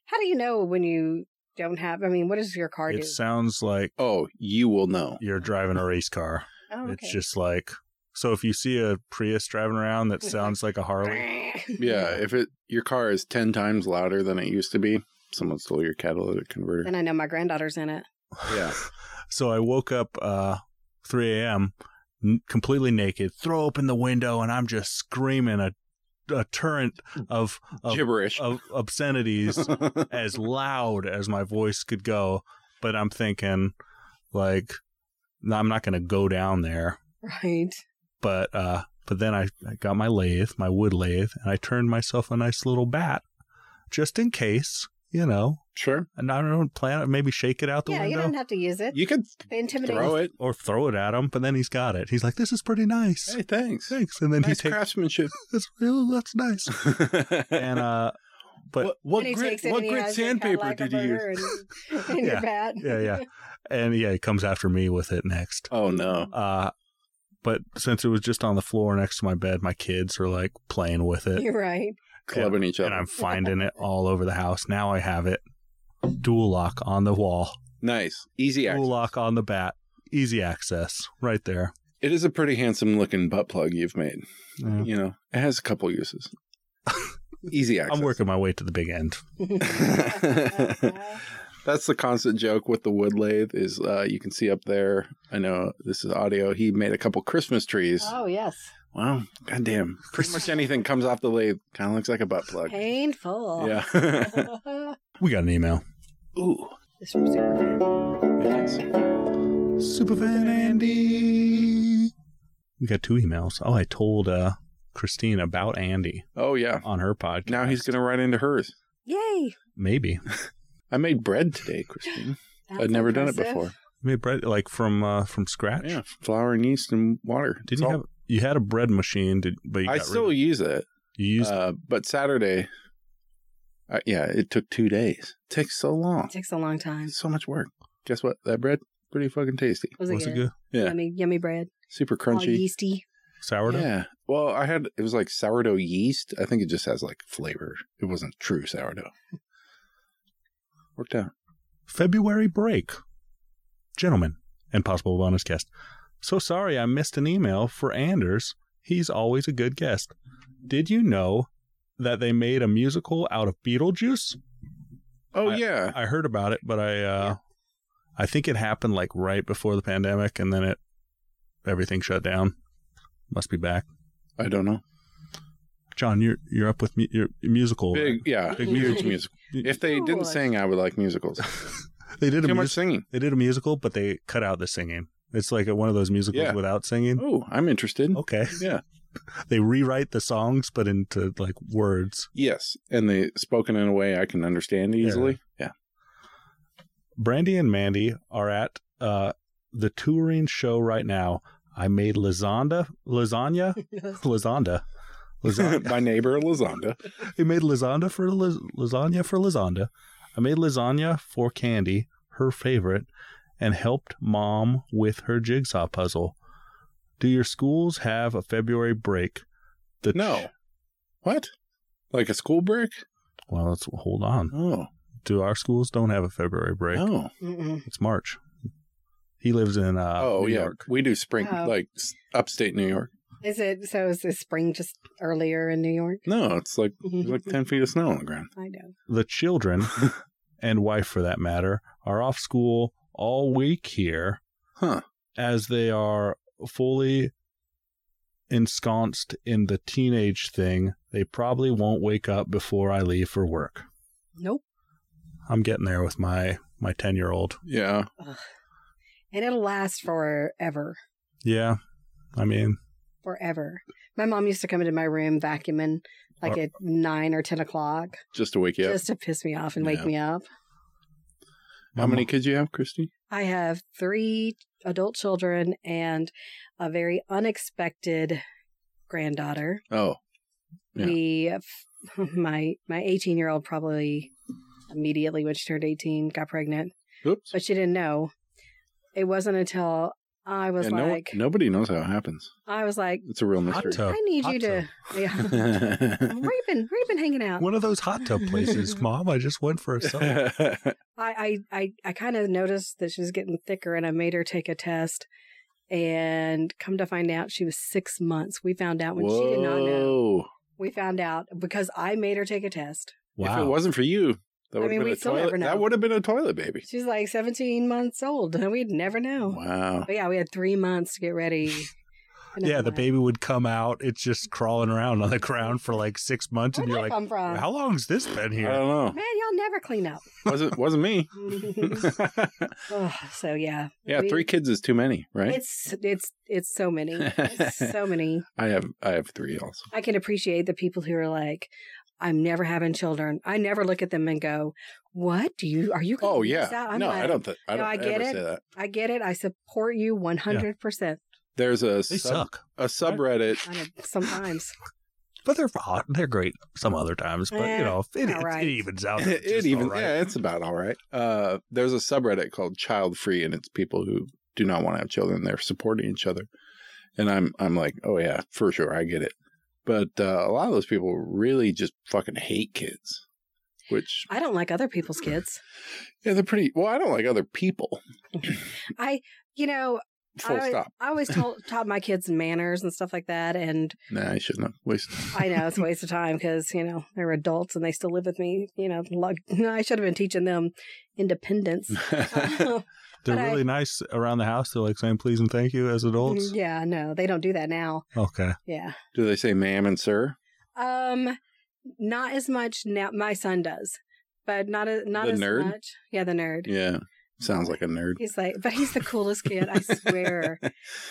How do you know when you don't have? I mean, what does your car it sounds like Oh, you will know. you're driving a race car. do? Oh, It's just like so. If you see a Prius driving around that sounds like a Harley, Yeah, if it your car is ten times louder than it used to be, someone stole your catalytic converter. Then I know my granddaughter's in it. Yeah. So I woke up uh, 3 a.m. n- completely naked, throw open the window, and I'm just screaming a, a torrent of, of, Gibberish. of obscenities as loud as my voice could go. But I'm thinking, like, no, I'm not going to go down there. Right. But uh, but then I, I got my lathe, my wood lathe, and I turned myself a nice little bat just in case, you know. sure. And I don't plan it, maybe shake it out the yeah, you window. don't have to use it. You could the intimidating. throw it. or throw it at him, but then he's got it. He's like, "This is pretty nice, Hey, thanks. thanks." And then nice he takes, craftsmanship. that's, "Oh, "That's nice." And uh, but what what And he grit takes it what and he grit has your sandpaper Cadillac did you converter use? And, and Yeah. your bat. yeah, yeah, and yeah, he comes after me with it next. Oh no. Uh, but since it was just on the floor next to my bed, my kids are like playing with it, You're right. Clubbing each and other. I'm finding it all over the house. Now I have it dual lock on the wall, Nice. Easy dual action. lock on the bat, easy access right there. It is a pretty handsome looking butt plug you've made. Yeah. You know, it has a couple uses. Easy access. I'm working my way to the big end. That's the constant joke with the wood lathe is uh, you can see up there. I know this is audio. He made a couple Christmas trees. oh yes. Wow, goddamn! Pretty much anything comes off the lathe kind of looks like a butt plug. Painful. Yeah. We got an email. Ooh. this from Superfan. Yes. Superfan Andy. We got two emails. Oh, I told uh, Christine about Andy Oh yeah. on her podcast. Now he's gonna ride into hers. Yay. maybe I made bread today, Christine. That's I'd never done it impressive. before. maybe bread like from uh, from scratch. Yeah, flour and yeast and water. Did That's you all. have you had a bread machine? Did but you I got still rid of, use it. you used Uh, but Saturday, uh, yeah, it took two days. takes so long. It takes a long time. It's so much work. Guess what? That bread, pretty fucking tasty. Was it, was good? it good Yeah, Yummy, yummy bread. super All crunchy. yeasty. sourdough? Yeah. Well, I had it was like sourdough yeast. I think it just has like flavor. It wasn't true sourdough. Worked out. February break, gentlemen, and possible bonus guest. So sorry I missed an email for Anders. He's always a good guest. Did you know that they made a musical out of Beetlejuice? Oh I- yeah. I heard about it, but I uh I think it happened like right before the pandemic and then it everything shut down. Must be back. I don't know. John, you're you're up with mu- your musical. Big yeah. Big huge music. music. If they Oh, didn't I- sing, I would like musicals. They did a Too much mus- singing. they did a musical, but they cut out the singing. It's like a, one of those musicals Yeah. without singing. Oh, I'm interested. Okay. Yeah. They rewrite the songs but into like words. Yes. And they spoken in a way I can understand easily. Yeah. Brandy and Mandy are at uh the touring show right now. I made lasagna lasagna lasagna lasagna My neighbor Lazonda. I made lasagna for las- lasagna for lasagna. I made lasagna for Candy, her favorite, and helped mom with her jigsaw puzzle. Do your schools have a February break? The No. What? Like a school break? well, let's hold on. Oh. Do our schools don't have a February break? Oh. Mm-mm. It's March. He lives in uh, oh New yeah. York. We do spring Oh. like s- upstate New York. Is it so? Is this spring just earlier in New York? No, it's like there's Mm-hmm. like ten feet of snow on the ground. I know. The children, and wife for that matter, are off school all week here Huh. as they are fully ensconced in the teenage thing. They probably won't wake up before I leave for work. Nope. I'm getting there with my my 10-year-old. Yeah. Ugh. And it'll last forever. Yeah. I mean, Forever. My mom used to come into my room vacuuming like Oh. at nine or 10 o'clock Just to wake you up. just to piss me off and wake Yeah. me up. How many kids you have, Christy? I have three adult children and a very unexpected granddaughter. Oh, Yeah. We, f- my my eighteen year old probably immediately when she turned eighteen got pregnant, oops. but she didn't know. It wasn't until I was Yeah, no, like, nobody knows how it happens. I was like, It's a real Hot mystery. tub. I need Hot you to, yeah. Where you been? Where you been hanging out? One of those hot tub places, Mom. I just went for a summer. I I I, I kind of noticed that she was getting thicker, and I made her take a test. And come to find out, she was six months. We found out when she did not know. Whoa. We found out because I made her take a test. If it wasn't for you, that I would have mean, been we'd a still never toilet. know. That would have been a toilet baby. She's like 17 months old, and we'd never know. Wow. But yeah, we had three months to get ready. And yeah, I'm the like, baby would come out. It's just crawling around on the ground for like six months, Where'd and you're I like, come from? "How long's this been I here?" don't know. Man, y'all never clean up. wasn't wasn't me. Ugh, so yeah, yeah, We- three kids is too many, right? it's it's it's so many, It's so many. I have I have three also. I can appreciate the people who are like, I'm never having children. I never look at them and go, "What do you? Are you?" gonna Oh do yeah. this out?" I'm no, I like, don't. Th- I no, don't I get ever it. say that. I get it. I support you 100 percent There's a They sub- suck, a subreddit. on it sometimes. but they're hot. They're great some other times, but Eh, you know, it, all it- right. it evens out. It, It's Oh, just even all right. yeah, it's about all right. Uh, there's a subreddit called Child Free, and it's people who do not want to have children. They're supporting each other, and I'm I'm like, oh yeah, for sure, I get it. But uh, a lot of those people really just fucking hate kids, which I don't like other people's kids. yeah, they're pretty. Well, I don't like other people. You know, Full I, stop. I always told, taught my kids manners and stuff like that, and Nah, I shouldn't have wasted. I know it's a waste of time because you know they're adults and they still live with me. You know, luck- I should have been teaching them independence. Oh. They're but I- really nice around the house. They're like saying please and thank you as adults. yeah, no, they don't do that now. Okay, Mm, Yeah, Do they say ma'am and sir? um, not as much now. My son does, but not a, not The as nerd? much. Yeah, the nerd. Yeah. Sounds like a nerd. He's like, but he's the coolest kid. I swear,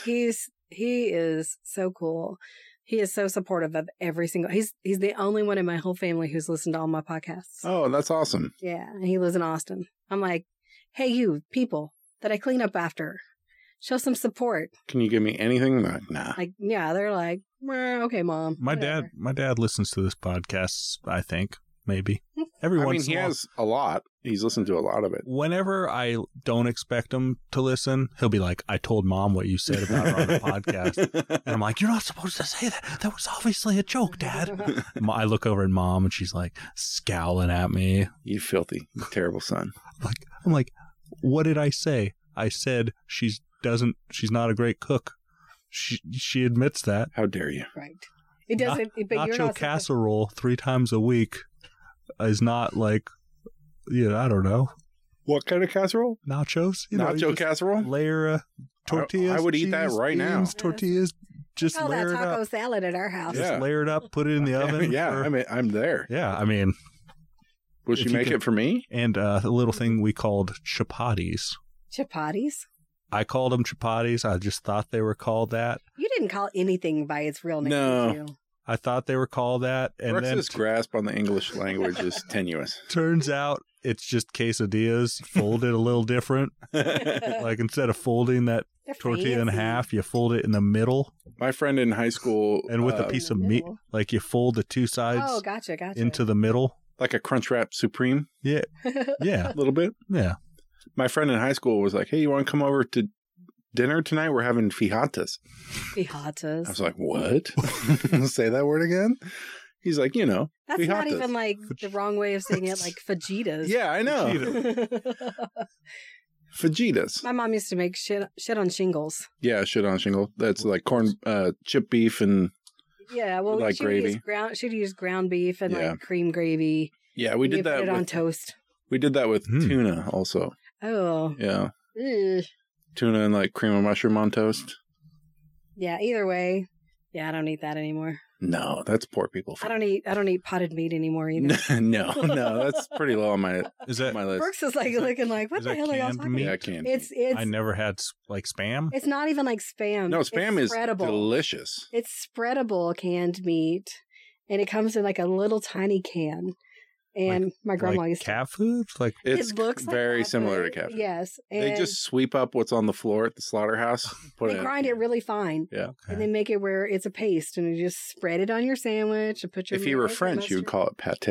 he's he is so cool. He is so supportive of every single. He's he's the only one in my whole family who's listened to all my podcasts. Oh, that's awesome. Yeah, and he lives in Austin. I'm like, hey, you people that I clean up after, show some support. Can you give me anything? They're Like, nah. Like, yeah, they're like, "Meh, okay, mom. my dad, whatever." my dad listens to this podcast. I think maybe every I mean, once he in a while. has a lot. He's listened to a lot of it. whenever I don't expect him to listen, he'll be like, I told mom what you said about her on the podcast. And I'm like, You're not supposed to say that. That was obviously a joke, Oh, Dad. Ma- I look over at mom and she's like scowling at me. You filthy, terrible son. I'm like, What did I say? I said she's doesn't she's not a great cook. She she admits that. How dare you? right. It doesn't. but you're Nacho not. casserole three times a week is not like you know, I don't know. What kind of casserole? Nachos? You know, you Nacho just- casserole? layer of tortillas. I would eat that cheese, right now. beans, Tortillas, just Call that layer it taco up. salad at our house. Yeah. Just layer it up, put it in the oven. yeah, for- I mean, I'm there. yeah. I mean, Will If she you make could- it for me? and uh, a little thing we called chapatis. Chapatis. I called them chapatis. I just thought they were called that. You didn't call anything by its real name. No. did you? I thought they were called that, and Rex's then t- grasp on the English language is tenuous. turns out it's just quesadillas folded a little different. Like instead of folding that They're tortilla in fancy. half, you fold it in the middle, My friend in high school, and with uh, a In piece the of meat, middle. like you fold the two sides Oh, gotcha, gotcha. into the middle. like a Crunchwrap Supreme, Yeah, yeah, a little bit. yeah. My friend in high school was like, "Hey, you want to come over to dinner tonight? We're having fijatas." I Fijatas. was like, "What? Say that word again?" He's like, "You know, That's not Fijatas. even like the wrong way of saying it, like fajitas. yeah, I know, fajitas. My mom used to make shit shit on shingles. Yeah, shit on shingle. That's like corn, uh, chip beef, and Yeah, well, Like she'd gravy. use ground she'd use ground beef and Yeah. like cream gravy. yeah, we and you did put that. it on with- toast. we did that with Hmm. tuna also. Oh, Yeah, Ugh. Tuna and like cream of mushroom on toast. Yeah, either way. Yeah, I don't eat that anymore. No, that's poor people. I don't eat I don't eat potted meat anymore either. no, no, that's pretty low on my Is that my list. Brooks is like Is that- looking like, what is the that hell are y'all canned talking meat? Yeah, about? I can. It's um, it's I never had s- like spam. it's not even like spam. no, It's spam is spreadable. delicious. It's spreadable canned meat, and it comes in like a little tiny can. And my grandma like used to. cat food, like It's it looks like very cat similar food. to cat food. Yes, and They just sweep up what's on the floor at the slaughterhouse. Put they in a grind it can. really fine, and they make it where it's a paste, and you just spread it on your sandwich and put your. If you were mayonnaise and French, you would mustard. call it pate,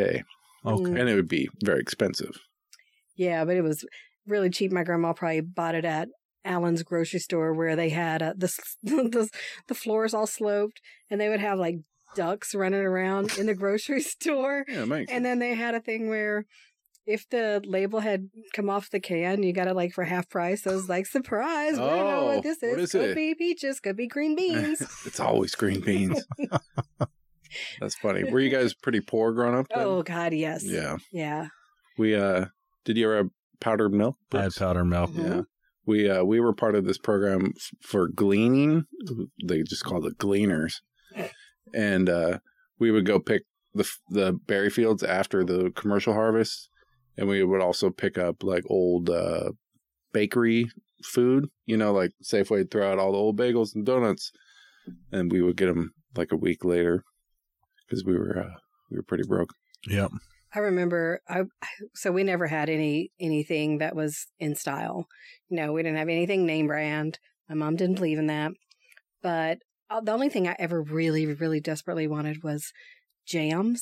okay. Mm. and it would be very expensive. Yeah, but it was really cheap. My grandma probably bought it at Allen's grocery store where they had uh, the, s- the the floors all sloped, and they would have like ducks running around in the grocery store. Yeah, it makes sense. And then they had a thing where if the label had come off the can, you got it like for half price. So it was like, surprise, we don't know Oh, what this is. what is could it? be peaches, could be green beans. it's always green beans. That's funny. Were you guys pretty poor growing up? then? oh God, yes. yeah. Yeah. We uh, did you ever have powdered milk? I had Brooks? powdered milk. Mhm. Yeah. We uh, we were part of this program f- for gleaning. They just called it gleaners, and uh, we would go pick the f- the berry fields after the commercial harvest, and we would also pick up like old uh, bakery food. You know, like Safeway would throw out all the old bagels and donuts, and we would get them like a week later because we were uh, we were pretty broke. Yep. I remember I so we never had any anything that was in style. You know, we didn't have anything name brand. My mom didn't believe in that. But uh, the only thing I ever really, really desperately wanted was jams.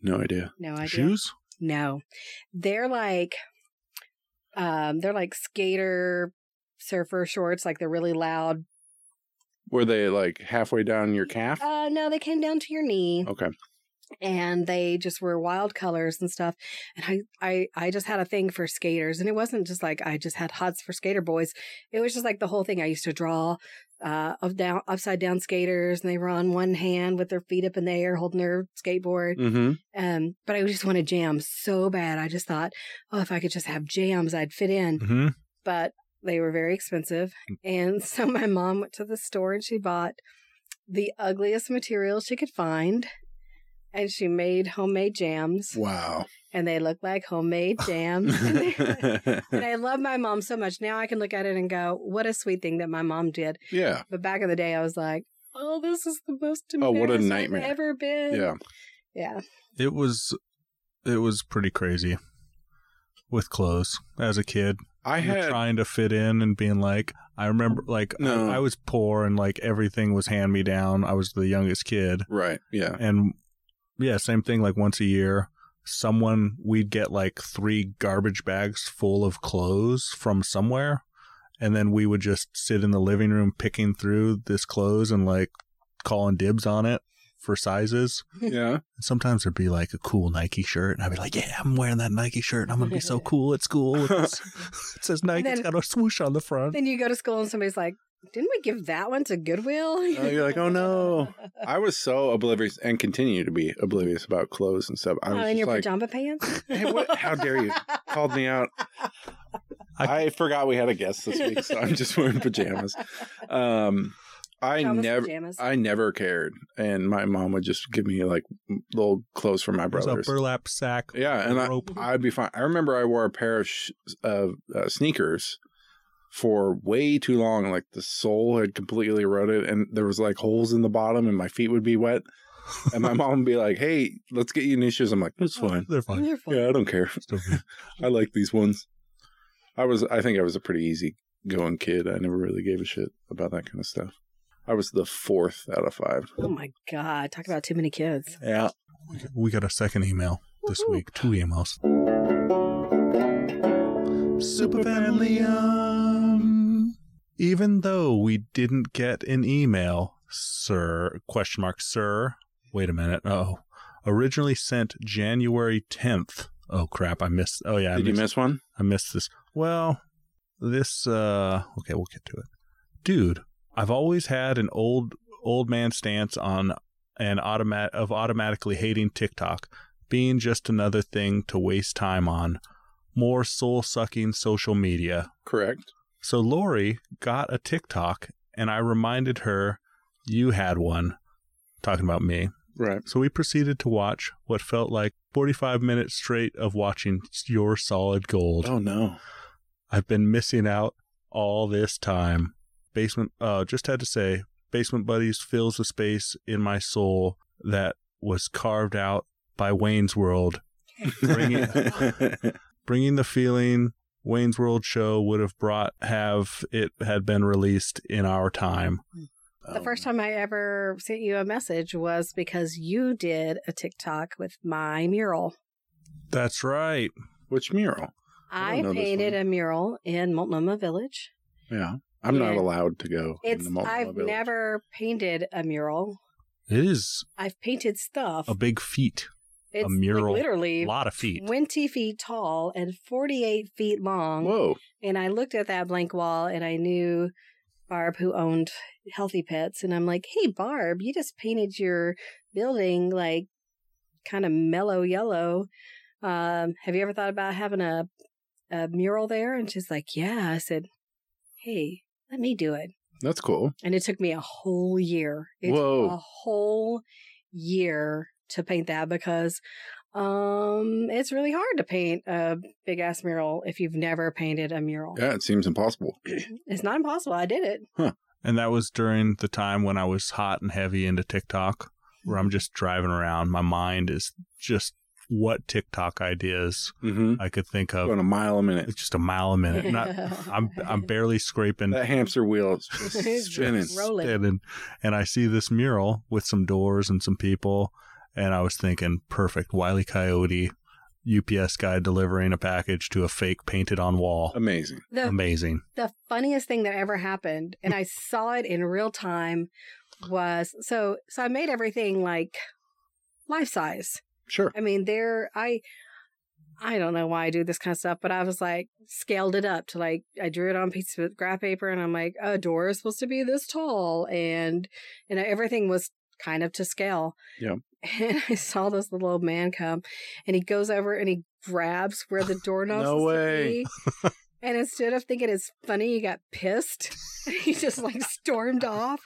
No idea. No idea. Shoes? No. They're like um they're like skater surfer shorts, like they're really loud. Were they like halfway down your calf? Uh no, they came down to your knee Okay. and they just were wild colors and stuff. And I I I just had a thing for skaters and it wasn't just like I just had hots for skater boys. It was just like the whole thing I used to draw uh of down upside down skaters and they were on one hand with their feet up in the air holding their skateboard. Mm-hmm. Um but I just wanted jams so bad. I just thought, oh if I could just have jams I'd fit in. Mm-hmm. but they were very expensive. Mm. And so my mom went to the store and she bought the ugliest material she could find. And she made homemade jams, Wow. and they look like homemade jams. and they- and I love my mom so much. Now I can look at it and go, what a sweet thing that my mom did. yeah. But back in the day, I was like, oh, this is the most Oh, what a embarrassed I've nightmare. ever been. Yeah. Yeah. It was it was pretty crazy with clothes as a kid. I You're had trying to fit in and being like I remember like I- No. I, was poor and like everything was hand me down. I was the youngest kid. right. Yeah. And yeah, same thing like once a year someone we'd get like three garbage bags full of clothes from somewhere and then we would just sit in the living room picking through this clothes and like calling dibs on it for sizes. Yeah. And sometimes there'd be like a cool Nike shirt, and I'd be like, "Yeah, I'm wearing that Nike shirt. and I'm gonna be so cool at school. It's, it says Nike. And then- it's got a swoosh on the front." Then you go to school and somebody's like, didn't we give that one to Goodwill? Oh, you're like, oh, no. I was so oblivious and continue to be oblivious about clothes and stuff. I was Oh, in just your like, pajama pants? Hey, what- how dare you. called me out. I, I- forgot we had a guest this week, so I'm just wearing pajamas. Um, I Pajamas, never, pajamas. I never cared, and my mom would just give me like little clothes for my There's a brothers. burlap sack. Yeah, and I, rope. I'd be fine. I remember I wore a pair of sh- of uh, sneakers for way too long. Like the sole had completely eroded, and there was like holes in the bottom, and my feet would be wet. And my mom would be like, "Hey, let's get you new shoes." I'm like, "It's fine. They're Oh, fine. Wonderful. Yeah, I don't care. Still good. I like these ones." I was, I think, I was a pretty easy going kid. I never really gave a shit about that kind of stuff. I was the fourth out of five. Oh my god, talk about too many kids. Yeah. we got a second email this Woohoo. week. Two emails. Superfan and Liam. um, Even though we didn't get an email, sir question mark sir. Wait a minute. Oh. Originally sent January tenth. Oh crap, I missed oh yeah, I Did you missed miss one? I missed this. Well, this uh okay, we'll get to it. Dude, I've always had an old old man stance on an automat of automatically hating TikTok being just another thing to waste time on. more soul sucking social media. Correct. So Lori got a TikTok and I reminded her you had one talking about me. Right. So we proceeded to watch what felt like 45 minutes straight of watching your solid gold. Oh no. I've been missing out all this time. Basement, uh, just had to say, Basement Buddies fills the space in my soul that was carved out by Wayne's World. Bring Bringing the feeling Wayne's World show would have brought have it had been released in our time. Oh, The first time I ever sent you a message was because you did a TikTok with my mural. That's right. Which mural? I I, don't know this painted one. a mural in Multnomah Village. Yeah. I'm not Yeah. allowed to go. in It's the Multnomah I've Village. never painted a mural. It is I've painted stuff. a big feat, it's like, mural. a literally lot of feet. 20 feet tall and 48 feet long. Whoa. And I looked at that blank wall and I knew Barb, who owned Healthy Pets. And I'm like, hey, Barb, you just painted your building like kind of mellow yellow. Um, have you ever thought about having a, a mural there? And she's like, yeah. I said, hey, let me do it. That's cool. And it took me a whole year. It Whoa. Took a whole year to paint that because um it's really hard to paint a big ass mural if you've never painted a mural. Yeah, it seems impossible. It's not impossible. I did it. And that was during the time when I was hot and heavy into TikTok, where I'm just driving around. My mind is just what TikTok ideas Mm-hmm. I could think of. Going a mile a minute. Oh. It's just a mile a minute. Not, I'm I'm barely scraping That hamster wheel is just It's spinning. just rolling. and and I see this mural with some doors and some people, and I was thinking, perfect, Wiley Coyote, UPS guy delivering a package to a fake painted on wall. Amazing. the Amazing. the funniest thing that ever happened, and I saw it in real time, was so so I made everything like life size. Sure. I mean, there I I don't know why I do this kind of stuff, but I was like scaled it up to like I drew it on a piece of graph paper and I'm like, a door is supposed to be this tall and and everything was kind of to scale. Yeah. And I saw this little old man come and he goes over and he grabs where the doorknob No way. And instead of thinking it's funny, he got pissed. he just like stormed off.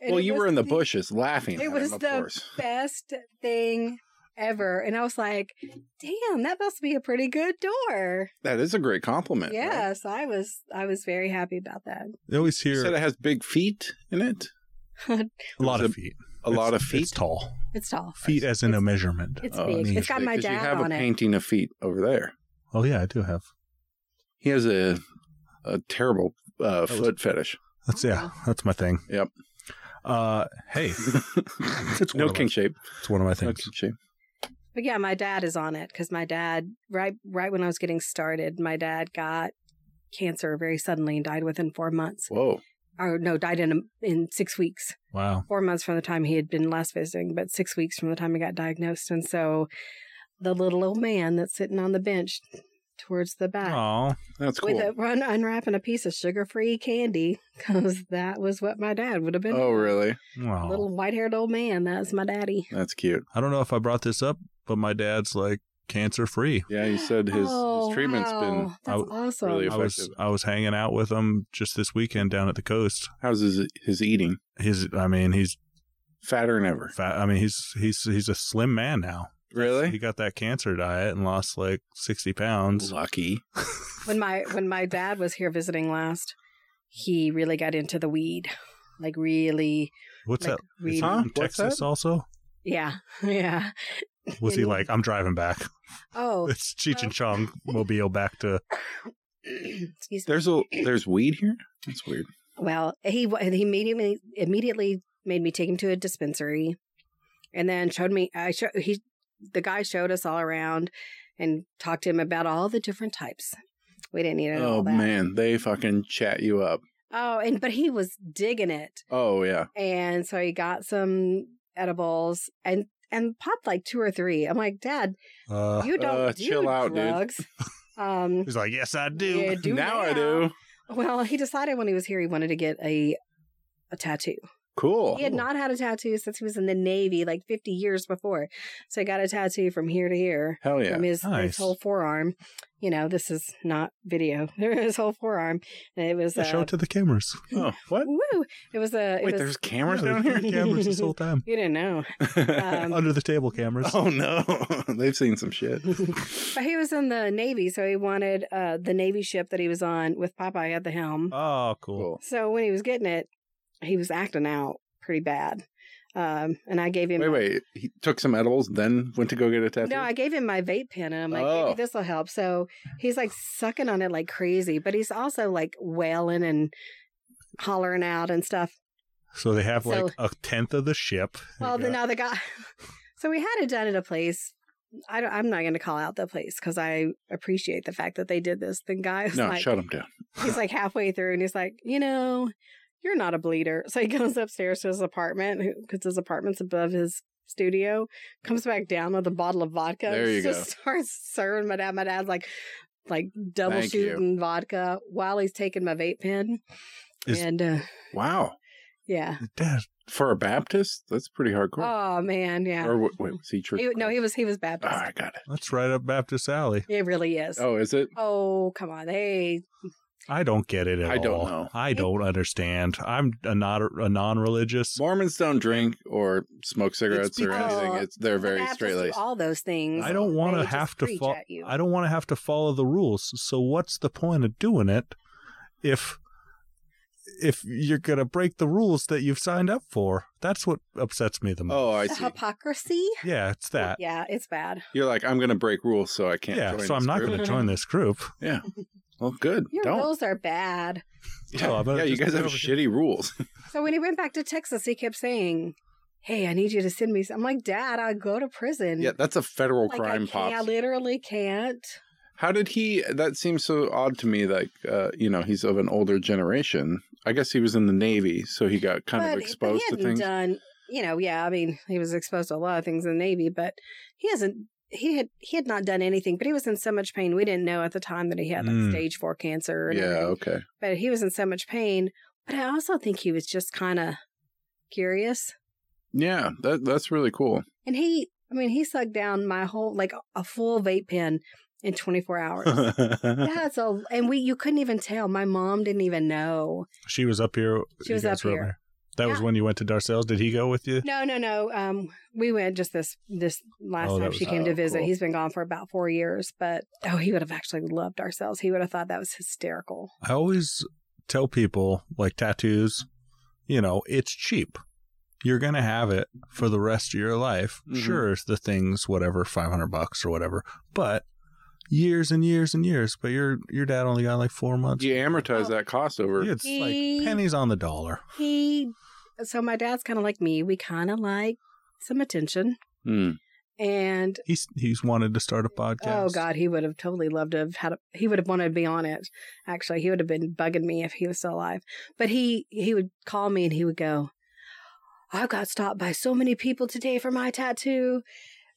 And Well, it you was were in the the- bushes laughing. it at was him, of the- course. best thing ever. And I was like, damn, that must be a pretty good door. That is a great compliment. right? yes, I was I was very happy about that. You always You hear said it has big feet in it. a lot was of a- feet. A It's- lot of feet. It's tall. It's tall. Feet as in a measurement. It's Oh, big. neat. It's got my 'Cause you dad have on a it. painting of feet over there. Oh yeah, I do have. He has a a terrible uh, was- foot fetish. That's yeah, that's my thing. Oh, Yep. Uh, hey, it's no one of king my, shape. It's one of my No things. king shape. But yeah, my dad is on it because my dad right right when I was getting started, my dad got cancer very suddenly and died within four months. Whoa. Or no, died in a, in six weeks. Wow. four months from the time he had been last visiting, but six weeks from the time he got diagnosed. And so the little old man that's sitting on the bench towards the back Oh, That's with a cool. run unwrapping a piece of sugar free candy because that was what my dad would have been. Oh, really? A little white haired old man. That's my daddy. That's cute. I don't know if I brought this up, but my dad's like cancer free. Yeah, you said his, Oh, his treatment's been. wow. That's I- awesome. really- I was Effective. I was hanging out with him just this weekend down at the coast. How's his his eating? His I mean he's Fatter than ever. fat. I mean he's he's he's a slim man now. He Really? got that cancer diet and lost like sixty pounds. Lucky. when my when my dad was here visiting last, he really got into the weed. Like really What's like that? really Huh? In What's Texas that? also? Yeah. Yeah. Was he like I'm driving back? Oh It's Cheech and Chong mobile back to excuse me. There's a there's weed here. That's weird. Well, he wa- he immediately immediately made me take him to a dispensary, and then showed me. I show, he the guy showed us all around and talked to him about all the different types. We didn't need to know Oh all that. man, they fucking chat you up. Oh, and but he was digging it, Oh yeah. and so he got some edibles and and popped like two or three. I'm like, Dad, uh you don't uh, do chill out, dude." drugs. um, He's like, Yes I Yeah, do. do now I now. do. well, he decided when he was here he wanted to get a a tattoo. Cool. He Oh. had not had a tattoo since he was in the Navy, like 50 years before. So he got a tattoo from here to here Hell yeah. from his, Nice. his whole forearm. You know, this is not video. his whole forearm, and it was Yeah, uh, show it to the cameras. Oh, what? woo. It was a. It Wait, was, there's cameras Yeah, down there's here? three cameras this whole time. you didn't know. Um, Under the table cameras. oh, no. They've seen some shit. But he was in the Navy, so he wanted uh, the Navy ship that he was on with Popeye at the helm. Oh, cool. cool. So when he was getting it, he was acting out pretty bad. Um, and I gave him Wait, wait. He took some edibles, then went to go get a tattoo? no, I gave him my vape pen, and I'm like, Oh. maybe this will help. So he's like sucking on it like crazy, but he's also like wailing and hollering out and stuff. So they have like So- a tenth of the ship. Well, They then got- now the guy. So we had it done at a place. I don't, I'm not going to call out the place because I appreciate the fact that they did this. The guy was No, like, shut him down. he's like halfway through and he's like, you know, you're not a bleeder. So he goes upstairs to his apartment because his apartment's above his studio, comes back down with a bottle of vodka. There you just starts serving my dad. My dad's like, like double Thank you. shooting vodka while he's taking my vape pen. Is- and uh, Wow. yeah. Dad, For a Baptist? That's pretty hardcore. Oh man, yeah. Or wait, wait was he church? He- no, he was he was Oh, Baptist. I got it. that's right up Baptist Alley. It really is. Oh. Oh, is it? come on. They I don't get it at I don't all. know. I don't understand. I'm a not a non-religious. Mormons don't drink or smoke cigarettes or because- anything. It's they're very Baptists do straight laced. all those things. I don't want They to just have to preach follow. at you. I don't want to have to follow the rules. So what's the point of doing it if if you're gonna break the rules that you've signed up for? That's what upsets me the most. Oh, I The see. hypocrisy. Yeah, it's that. Yeah, it's bad. You're like, I'm going to break rules, so I can't. Yeah, join so I'm this not group." going to group. join this group. Well, good. Your don't. rules are bad. Yeah, No, I better yeah, you just guys get have over here. shitty rules. So when he went back to Texas, he kept saying, "Hey, I need you to send me." Some. I'm like, "Dad, I'll go to prison." yeah, that's a federal like, I, crime, can't- I pops. literally can't. How did he? That seems so odd to me. Like, uh, you know, he's of an older generation. I guess he was in the Navy, so he got kind but, of exposed but to he things. hadn't done. You know, yeah. I mean, he was exposed to a lot of things in the Navy, but he hasn't. He had he had not done anything, but he was in so much pain. We didn't know at the time that he had like Mm. stage four cancer. And Hmm. yeah, everything. okay. but he was in so much pain. But I also think he was just kind of curious. Yeah, that that's really cool. And he, I mean, he sucked down my whole, like a full vape pen in 24 hours. yeah, That's a, and we, you couldn't even tell. My mom didn't even know. She was up here. She you was guys up were here. That was Yeah. when you went to Darcel's. Did he go with you? No, no, no. Um, we went just this, this last Oh, that time was- she came to oh, visit. cool. He's been gone for about four years, but oh, he would have actually loved ourselves. He would have thought that was hysterical. I always tell people like tattoos, you know, it's cheap. You're going to have it for the rest of your life. Mm-hmm. Mhm. Sure, it's the things whatever 500 bucks or whatever, but years and years and years, but your your dad only got like 4 months. you amortize that cost over. It's He- like pennies on the dollar. He, so my dad's kind of like me. We kind of like some attention. Hmm. And He's he's wanted to start a podcast. Oh God, he would have totally loved to have had. A, he would have wanted to be on it. Actually, he would have been bugging me if he was still alive. But he he would call me and he would go, "I got stopped by so many people today for my tattoo."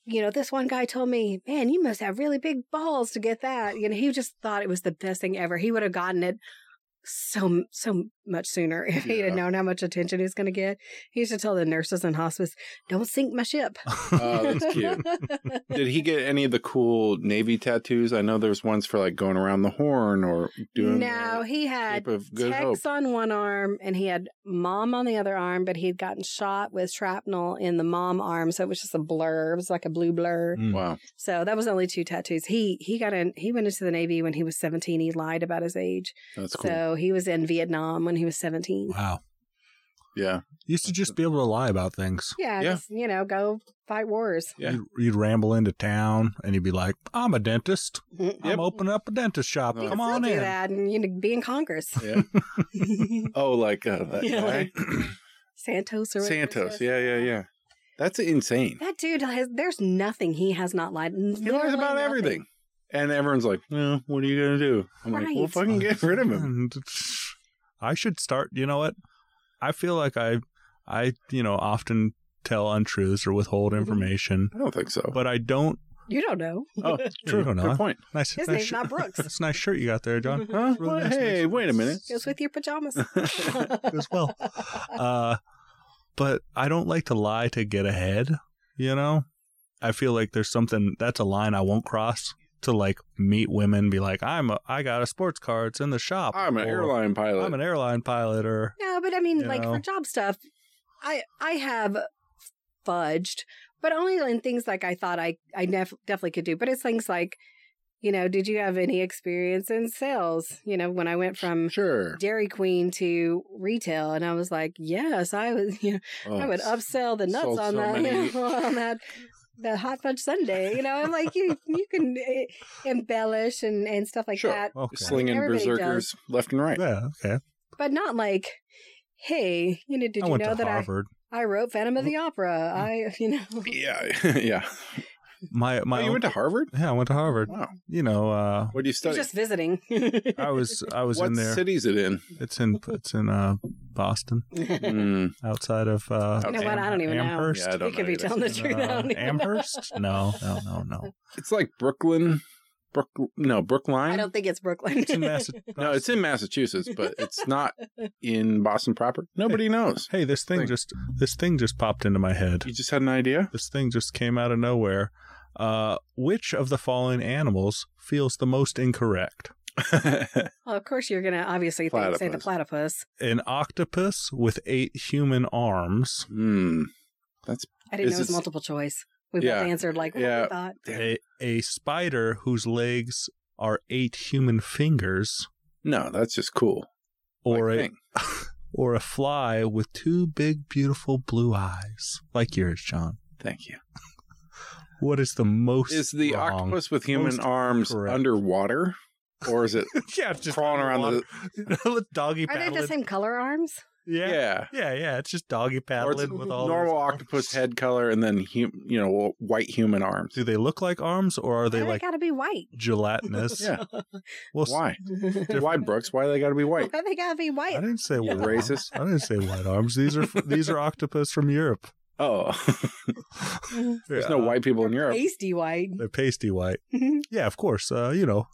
You know, this one guy told me, "Man, you must have really big balls to get that." You know, he just thought it was the best thing ever. He would have gotten it so so much sooner if he'd Yeah. have known how much attention he was going to get. He used to tell the nurses in hospice, "Don't sink my ship." Oh, that's cute. Did he get any of the cool Navy tattoos? I know there's ones for like going around the horn or doing. no, the he had shape of good hope. Tex on one arm and he had mom on the other arm, but he'd gotten shot with shrapnel in the mom arm, so it was just a blur. It was like a blue blur. Mm. Wow. So that was only two tattoos. He he got in he went into the Navy when he was seventeen. He lied about his age. That's cool. So he was in Vietnam when he was seventeen. Wow. yeah. Used to just be able to lie about things. Yeah, Yeah. just, you know, go fight wars. Yeah. You'd, you'd ramble into town and you'd be like, "I'm a dentist. Yep. I'm opening up a dentist shop. You can Come Still on do in." that and you know, be in Congress. Yeah. Oh, like uh, that Yeah, guy? like- Santos or whatever his Santos. is. Yeah, yeah, yeah. That's insane. That dude has there's nothing he has not lied. He lies about everything. And everyone's like, "Eh, what are you going to do? I'm like, we'll Right. fucking get rid of him. And I should start. You know what? I feel like I, I you know, often tell untruths or withhold Mm-hmm. information, I don't think so. but I don't. You don't know. Oh, true. You don't know. Good point. Nice, His nice name's shirt. not Brooks. That's a nice shirt you got there, John. Mm-hmm. Huh? Really What? nice, hey, nice. wait a minute. Mm-hmm. Goes with your pajamas. As well. Uh, but I don't like to lie to get ahead, you know? I feel like there's something that's a line I won't cross to like meet women be like I'm a I got a sports car it's in the shop I'm an or, airline pilot. I'm an airline pilot or No, but I mean, You like know? for job stuff, I I have fudged, but only in things like I thought I I nef- definitely could do. But it's things like, you know, did you have any experience in sales? You know, when I went from sure. Dairy Queen to retail, and I was like, yes, I was. You know, Oh, I would upsell the nuts sold on so that, many- you know, on that that hot fudge sundae. You know, I'm like you you can eh, embellish and and stuff like Sure. that, okay. slinging Everybody berserkers left and right. Yeah, okay. but not like. Hey, you know, did I you went know to that I Harvard. Mm-hmm. I wrote Phantom of the Opera. I, you know, Yeah, yeah. My my oh, you own- went to Harvard? Yeah, I went to Harvard. Wow. You know, uh What do you you're study? just visiting. I was I was what in there. city is it in? It's in it's in uh Boston you Mm, outside of uh You know what? I don't even know. Amherst. yeah, I don't could know be either. telling the truth. I Uh, don't even Amherst? know. No, no, no, no. It's like Brooklyn, Brook. No, Brookline. I don't think it's Brooklyn. It's in Massachusetts. no, it's in Massachusetts, but it's not in Boston proper. Nobody knows. Hey, this thing Thank- just this thing just popped into my head. You just had an idea. This thing just came out of nowhere. Uh, which of the following animals feels the most incorrect? well, of course, you're gonna obviously think, say the platypus. An octopus with eight human arms. Hmm. I didn't Is know it was it- multiple choice. We Yeah. both answered like what Yeah. we thought. A, a spider whose legs are eight human fingers, No, that's just cool. or Like, a thing. or a fly with two big, beautiful blue eyes like yours, John. Thank you. What is the most Is the wrong? octopus with human Most arms correct. underwater, or is it? yeah, it's just crawling around the- the with doggy Are they paddling? the same color arms? Yeah. yeah, yeah. yeah, It's just doggy Or it's paddling with all normal those- octopus head color and then hum- you know white human arms. Do they look like arms or are they Why like gotta be white? gelatinous? Yeah. Well, s- Why? Why Why Brooks? Why they got to be white? they gotta be I white? didn't say white You're arms. racist. I didn't say white arms. These are these are octopus from Europe. Oh, there's no Yeah. white people in Europe. Pasty white. They're pasty white. oh Yeah, of course. Uh, you know,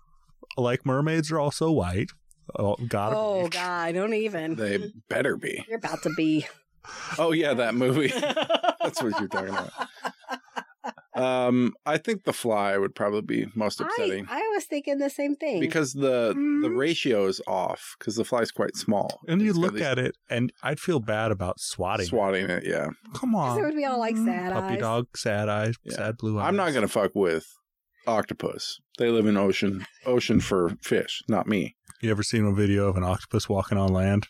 like mermaids are also white. Oh, gotta be. God, don't even. They better be. You're about to be. Oh yeah, that movie. That's what you're talking about. Um, I think the fly would probably be most I, upsetting I was thinking the same thing. because the the Mhm. ratio is off because the fly's quite small. And you It's got look these- at it, and I'd feel bad about swatting. swatting it. Yeah, Come Because on, Mm-hmm. it would be all like sad puppy eyes. dog, sad eyes, Yeah. sad blue eyes. I'm not gonna fuck with octopus. They live in ocean ocean for fish, not me. You ever seen a video of an octopus walking on land?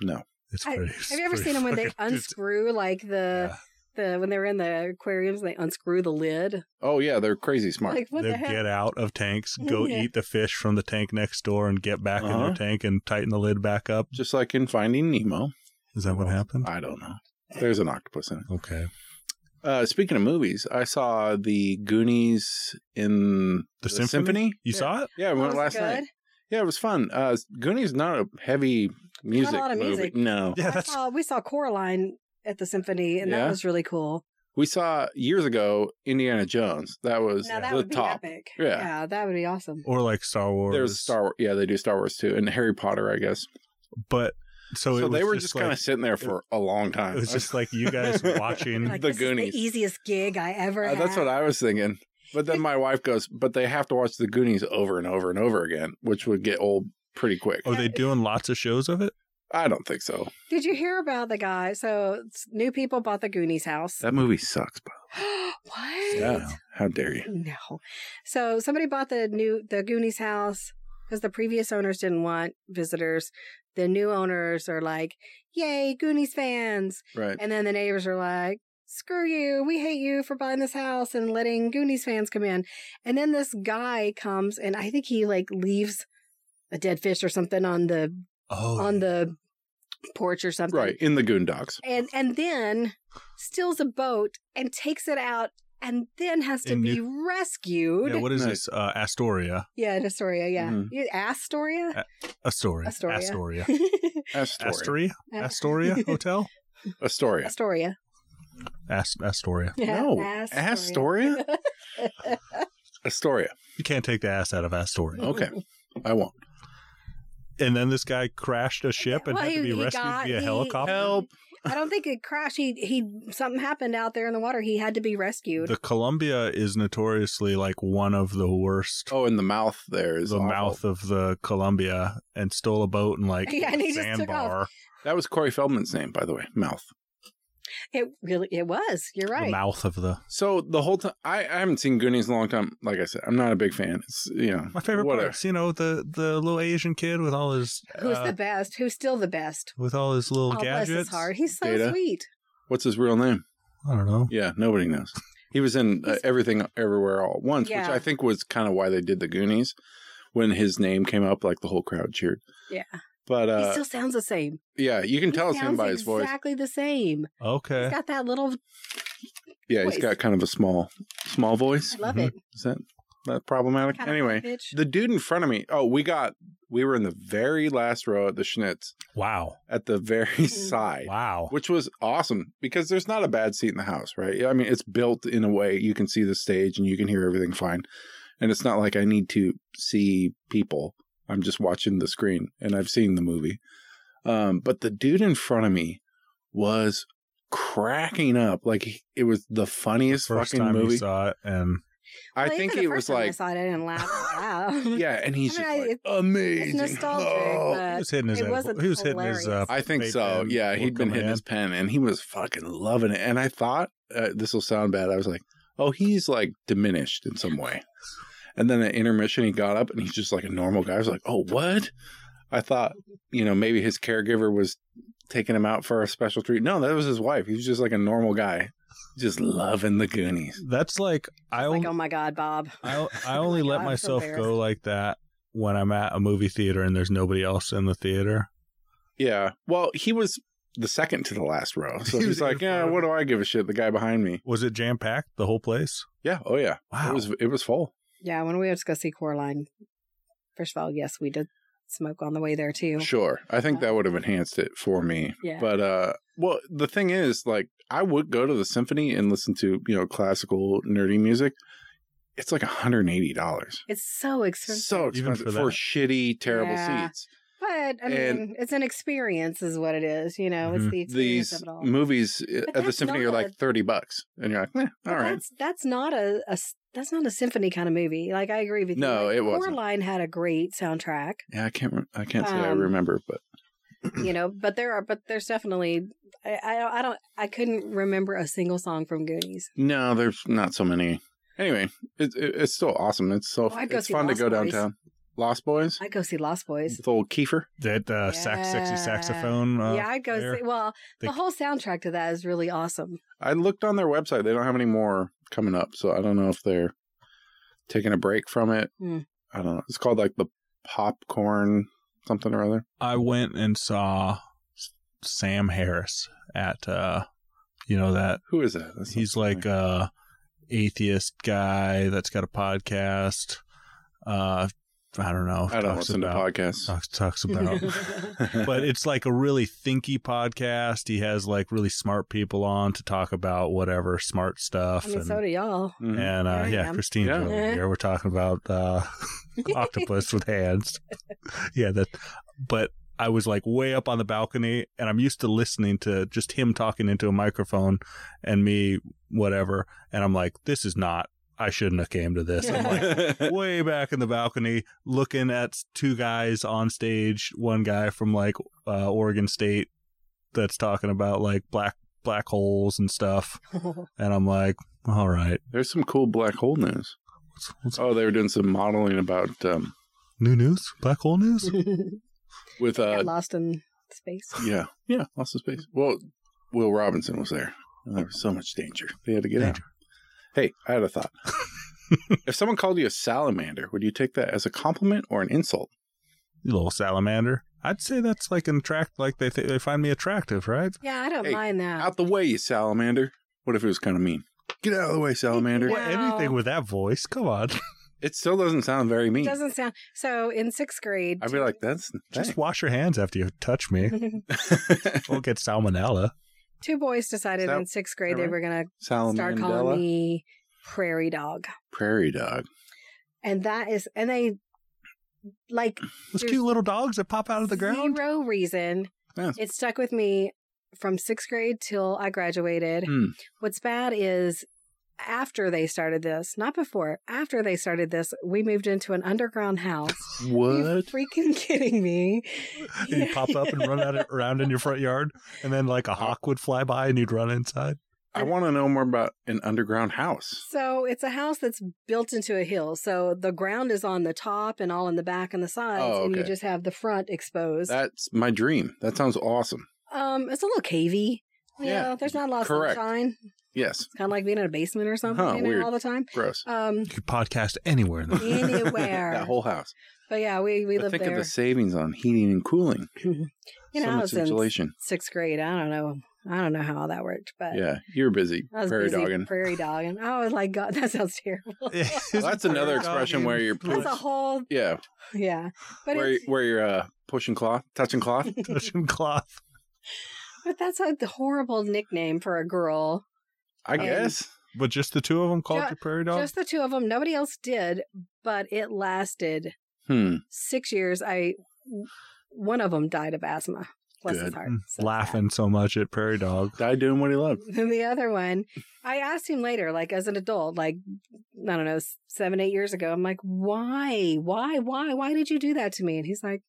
No. It's I- pretty. Have you ever seen them when they uh, unscrew like the the when they're in the aquariums and they unscrew the lid? Oh yeah, they're crazy smart. Like what they the heck? get out of tanks, go Yeah. eat the fish from the tank next door, and get back in Uh-huh. their tank and tighten the lid back up. Just like in Finding Nemo. Is that what happened? I don't know. There's an octopus in it. Okay. Uh, speaking of movies, I saw the Goonies in The symphony? You Yeah. saw it? Yeah, we That went was last good. night. Yeah, it was fun. Uh, Goonies not a heavy music lot of movie. music. No, Yeah, I that's saw- we saw Coraline at the symphony, and Yeah? that was really cool. we saw years ago Indiana Jones. That was Now that the would be top. epic. Yeah. that would be awesome. or like Star Wars. There's Star Wars. Yeah, they do Star Wars too, and Harry Potter, I guess. but so, So, it was they were just, just, kind like- of sitting there for a long time. It was just like you guys watching. Like, The this is Goonies. the easiest gig I ever. Uh, that's had. what I was thinking. But then my wife goes, "But they have to watch the Goonies over and over and over again, which would get old pretty quick." Are Oh, they doing lots of shows of it? I don't think so. Did you hear about the guy? So s- new people bought the Goonies house. That movie sucks. By what? Yeah. How dare you? No. So somebody bought the new the Goonies house because the previous owners didn't want visitors. The new owners are like, "Yay, Goonies fans!" Right. And then the neighbors are like, "Screw you! We hate you for buying this house and letting Goonies fans come in." And then this guy comes, and I think he like leaves a dead fish or something on the Oh, on the porch or something Right. In the Goondocks. and and then steals a boat and takes it out and then has to In be New- rescued. yeah, what is Nice. this? Uh, Astoria. Yeah, in Astoria. Yeah, Mm-hmm. Mhm. You- Astoria. Astoria. Astoria. Astoria. Astoria. Astoria? Astoria Hotel? Astoria. Astoria. Ast- Astoria. No. Astoria. Astoria? Astoria. You can't take the ass out of Astoria. Okay. I won't. And then this guy crashed a ship and Well, had to he- be he rescued got- via he- helicopter. Help. I don't think it crashed. He he something happened out there in the water. He had to be rescued. The Columbia is notoriously like one of the worst. Oh, and the mouth there is the awful. mouth of the Columbia and stole a boat and like Yeah, and he just took sandbar. That was Corey Feldman's name, by the way. Mouth. it really it was. You're The right. mouth of the So the whole time, I, I haven't seen Goonies in a long time. Like I said, I'm not a big fan. It's you know my favorite whatever. parts. You know the the little Asian kid with all his Who's uh, the best? Who's still the best? with all his little Oh, bless his gadgets. heart. He's so Data. sweet. What's his real name? I don't know. Yeah, nobody knows. He was in uh, He's- everything, everywhere, all at once, Yeah. which I think was kind of why they did the Goonies. When his name came up, like the whole crowd cheered. Yeah. But he uh, still sounds the same. yeah, you can He tell it's him sounds by his voice. Exactly the same. Okay, He's got that little. Yeah, he's voice. got kind of a small, small voice. I love Mhm. it. Is that that problematic? Kinda anyway, bitch. the dude in front of me. Oh, we got. We were in the very last row at the Schnitz wow, at the Mm-hmm. very side. wow. which was awesome because there's not a bad seat in the house, right? I mean, it's built in a way you can see the stage and you can hear everything fine. And it's not like I need to see people. I'm just watching the screen and I've seen the movie. Um, but the dude in front of me was cracking up like he- it was the funniest First fucking time you movie. saw it, and I Well, think even the it first was time I like saw it. I didn't laugh. out loud. yeah, and he's just I mean, like I- it's- It's amazing. nostalgic, Oh. he but was hitting his it edible- wasn't he was hitting his uh, hilarious. I think vape so. pen Yeah, before he'd been coming hitting in. his pen, and he was fucking loving it. And I thought uh, this will sound bad. I was like, oh, he's like diminished in some way. And then at intermission, he got up and he's just like a normal guy. I was like, oh, what? I thought, you know, maybe his caregiver was taking him out for a special treat. No, that was his wife. He was just like a normal guy, just loving the Goonies. That's like I Like, only oh my God, Bob. Uh, I, I only let I'm so myself go embarrassed. like that when I'm at a movie theater and there's nobody else in the theater. Yeah. Well, he was the second to the last row. So He he's was in like, yeah, front of what him. do I give a shit? The guy behind me. Was it jam packed the whole place? Yeah. Oh, yeah. It Wow. was, it was full. Yeah, when we went to go see Coraline, first of all, yes, we did smoke on the way there too. Sure. I think that would have enhanced it for me. Yeah. But uh well the thing is like I would go to the symphony and listen to, you know, classical nerdy music. It's like $180. It's so expensive. So Even expensive for for, that. shitty terrible Yeah. seats. But I mean, And- Mm-hmm. it's an experience, is what it is. You know, it's Mhm. the experience These of it all. movies uh, at the that's symphony not are a- like 30 bucks and you're like, eh, all But right. That's that's not a, a s- that's not a symphony kind of movie. Like I agree with you. No, Like, it wasn't. Coraline had a great soundtrack. Yeah, I can't re- I can't say I Um, remember, but you know, but there are but there's definitely I I don't, I don't I couldn't remember a single song from Goonies. no, there's not so many. Anyway, it, it, it's still awesome. It's so Oh, I'd go it's see fun Lost to go Boys. downtown. Lost Boys I'd go see Lost Boys. with old Kiefer. That uh, sax sexy Yeah. saxophone. Uh, yeah, I'd go there. see. Well, They- the whole soundtrack to that is really awesome. I looked on their website. They don't have any more coming up, so I don't know if they're taking a break from it. Hmm. I don't know. It's called like the popcorn something or other. I went and saw Sam Harris at uh, you know that Who is that? That's he's not- like a atheist guy that's got a podcast. Uh, I don't know. I don't talks listen to about, podcasts. Talks, talks about but but it's like a really thinky podcast. He has like really smart people on to talk about whatever smart stuff. I mean, and so do y'all. Mm-hmm. and There uh, I yeah, am. Christine's Yeah. over here. We're talking about uh, octopus with hands. Yeah, that. But I was like way up on the balcony, and I'm used to listening to just him talking into a microphone and me whatever. And I'm like, this is not. I shouldn't have came to this. I'm like, way back in the balcony looking at two guys on stage one guy from like uh, oregon state that's talking about like black black holes and stuff and i'm like all right There's some cool black hole news. what's, what's Oh, they were doing some modeling about um, new news black hole news with uh Got lost in space. yeah yeah lots of space. Well, Will Robinson was there. And there was so much danger. They had to get out. Hey, I had a thought. if someone called you a salamander, would you take that as a compliment or an insult? you little salamander i'd say that's like an attract like they th- they find me attractive right Yeah, I don't Hey, mind that. Out the way, you salamander. What if it was kind of mean? Get out of the way, salamander. Yeah. Well, anything with that voice come on It still doesn't sound very It mean. doesn't sound so. In sixth grade, I'd be like, that's just wash your hands after you touch me we'll get salmonella two boys decided So- in sixth grade they alright. were gonna start calling salamandella, me prairie dog, prairie dog. and that is, and they like those There's cute little dogs that pop out of the ground Zero reason. Yes. It stuck with me from sixth grade till I graduated. Hmm. What's bad is after they started this, not before, after they started this, we moved into an underground house. Are you What? freaking kidding me? And you pop up and run out around in your front yard, and then like a hawk would fly by and you'd run inside. I want to know more about an underground house. So it's a house that's built into a hill. So the ground is on the top and all in the back and the sides, Oh, and you okay. just have the front exposed. That's my dream. That sounds awesome. um, it's a little cavey. You Yeah, know, there's not a lot of correct. sunshine. Yes. It's kind of like being in a basement or something Huh, you know, weird. all the time. Gross. Um, You could podcast anywhere in the anywhere. that whole house. but yeah, we we But lived think there. of the savings on heating and cooling. you know, so I much was in insulation. sixth grade. I don't know. I don't know how all that worked, but Yeah, you're busy Uh, I was prairie busy dogging. prairie dogging. I was like, God, that sounds terrible. Well, that's another expression where you're That's a Push. whole yeah, yeah. But where it's, where you're uh, pushing cloth, touching cloth. touching cloth. but that's a horrible nickname for a girl. I Um, guess. But just the two of them called Ju- you prairie dog. Just the two of them. Nobody else did, but it lasted Hmm. six years. I one of them died of asthma. Bless his Good. heart. Mm, So laughing so much at prairie dog. Died doing what he loved. And the other one, I asked him later, like as an adult, like, I don't know, s- seven, eight years ago, I'm like, why, why, why, why did you do that to me? And he's like,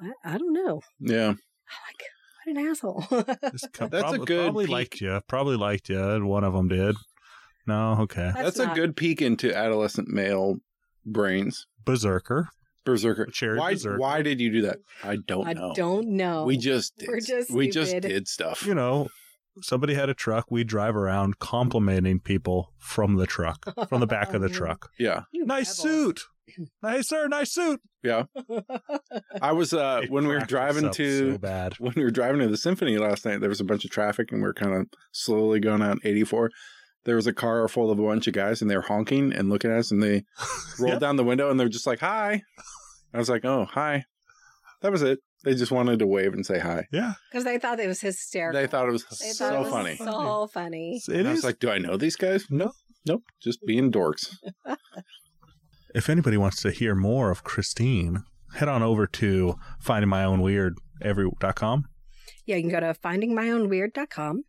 I, I don't know. Yeah. I'm like, what an asshole. Just co- That's a probably, good Probably peek. liked you. Probably liked you. And one of them did. No, okay. That's That's, not- a good peek into adolescent male brains. Berserker. Berserker. Cherry why berserker. why did you do that? I don't I know. don't know. We just did. We're just we just stupid. did stuff. You know, somebody had a truck. We drive around complimenting people from the truck, from the back Oh, of the truck. Yeah. You Nice rebels. suit. Nice sir, nice suit. Yeah. I was uh It when we were cracked driving us up to so bad. when we were driving to the symphony last night, there was a bunch of traffic and we were kind of slowly going on 84. There was a car full of a bunch of guys and they were honking and looking at us and they rolled Yep. down the window and they were just like, hi. I was like, oh, hi. That was it. They just wanted to wave and say hi. Yeah. Because they thought it was hysterical. They thought it was They so thought it was funny. So funny. It And I was is like, do I know these guys? No. Nope. Just being dorks. If anybody wants to hear more of Christine, head on over to findingmyownweirdevery.com. Yeah, you can go to findingmyownweird.com.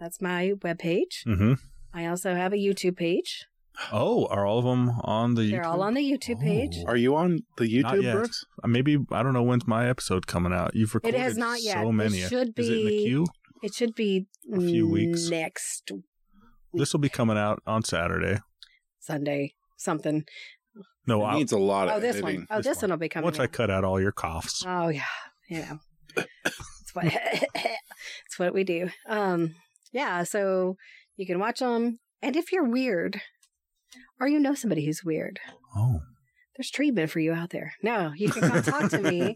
That's my webpage. Mm-hmm. I also have a YouTube page. Oh, are all of them on the They're all YouTube? on the YouTube page. Oh. Are you on the Not YouTube, yet. Brooks? Uh, Maybe I don't know when's my episode coming out. You've It recorded has not yet. so It many. e-, should Is it in the be- queue? It should be A few weeks. next This will be coming out on Saturday. Sunday something. No, it I, needs a lot of Oh, this editing. one. Oh, This this, one. one will be coming. once I out. cut out all your coughs, Oh yeah, you know, it's what it's what we do. Um, yeah. So you can watch them, and if you're weird, or you know somebody who's weird, oh, there's treatment for you out there. No, you can come talk to me.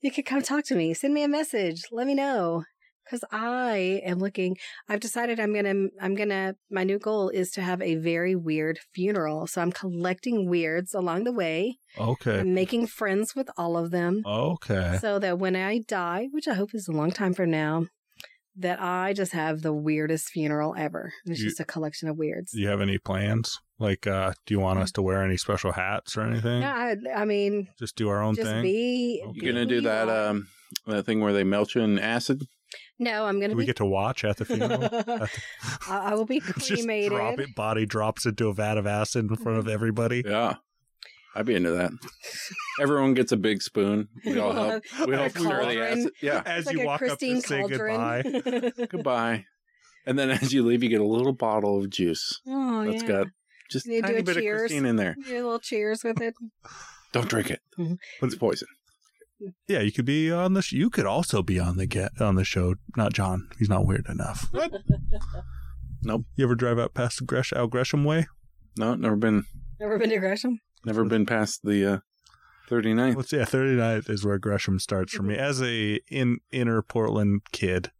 You can come talk to me. Send me a message. Let me know. Cause I am looking. I've decided I'm gonna. I'm gonna. My new goal is to have a very weird funeral. So I'm collecting weirds along the way. okay, I'm making friends with all of them okay. so that when I die, which I hope is a long time from now, that I just have the weirdest funeral ever. And It's You- just a collection of weirds. Do you have any plans? Like, uh, do you want us to wear any special hats or anything? No, I, I mean, Just do our own just thing. be. Okay. You gonna who do you that are. um that thing where they melt you in acid? no, I'm gonna Do we be. get to watch at the funeral? I, I will be Just drop cremated. it, body drops into a vat of acid in front of everybody. Yeah. I'd be into that. Everyone gets a big spoon. We all help. We all Like a stir the cauldron. acid. Yeah. As It's like you a walk Christine up to say cauldron. goodbye. Goodbye. And then as you leave, you get a little bottle of juice oh, that's yeah. got just They a do tiny a bit cheers. of Christine in there. Do a little cheers with it. Don't drink it. Mhm. It's poison. Yeah, you could be on the. Sh- you could also be on the get on the show. Not John. He's not weird enough. What? Nope. You ever drive out past Gresh Al Gresham way? No, never been Never been to Gresham? never been past the uh 39th. Let's yeah, 39th is where Gresham starts for me. As a in inner Portland kid,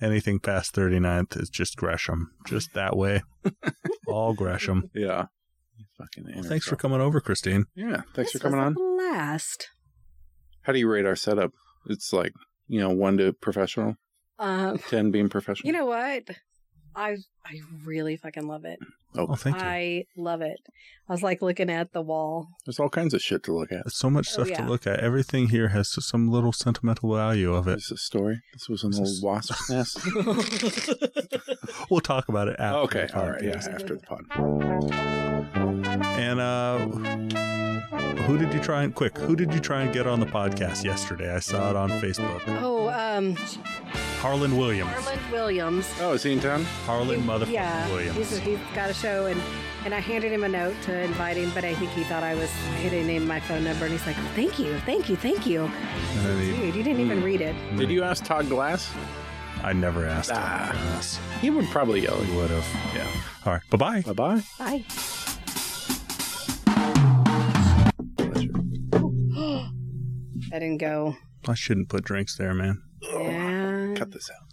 anything past 39th is just Gresham. Just that way. All Gresham. Yeah. You Fucking Well, thanks for coming. coming over, Christine. Yeah, thanks This for coming was on. a Blast. How do you rate our setup? It's like, you know, one to professional, Um, 10 being professional. You know what? I I really fucking love it. Oh, thank you. I love it. I was like looking at the wall. There's all kinds of shit to look at. There's so much Oh, stuff yeah. to look at. Everything here has some little sentimental value of it. This is a story. This was an This old is- wasp nest. We'll talk about it after. okay, the all right, yeah, podcast. after the pod. And uh, who did you try and quick? Who did you try and get on the podcast yesterday? I saw it on Facebook. oh, um, Harlan Williams. Harlan Williams. Oh, is he in town? Harlan He- motherfucking yeah, Williams. He's, he's got a show, and, and I handed him a note to invite him, but I think he thought I was hitting him my phone number, and he's like, "Oh, thank you, thank you, thank you. And then he- Dude, you didn't even read it. Did you ask Todd Glass? I never asked. him. Ah. Yes, He would probably yell at we you. would have. Yeah. All right. Bye bye. Bye bye. Bye. That didn't go. I shouldn't put drinks there, man. Yeah. Cut this out.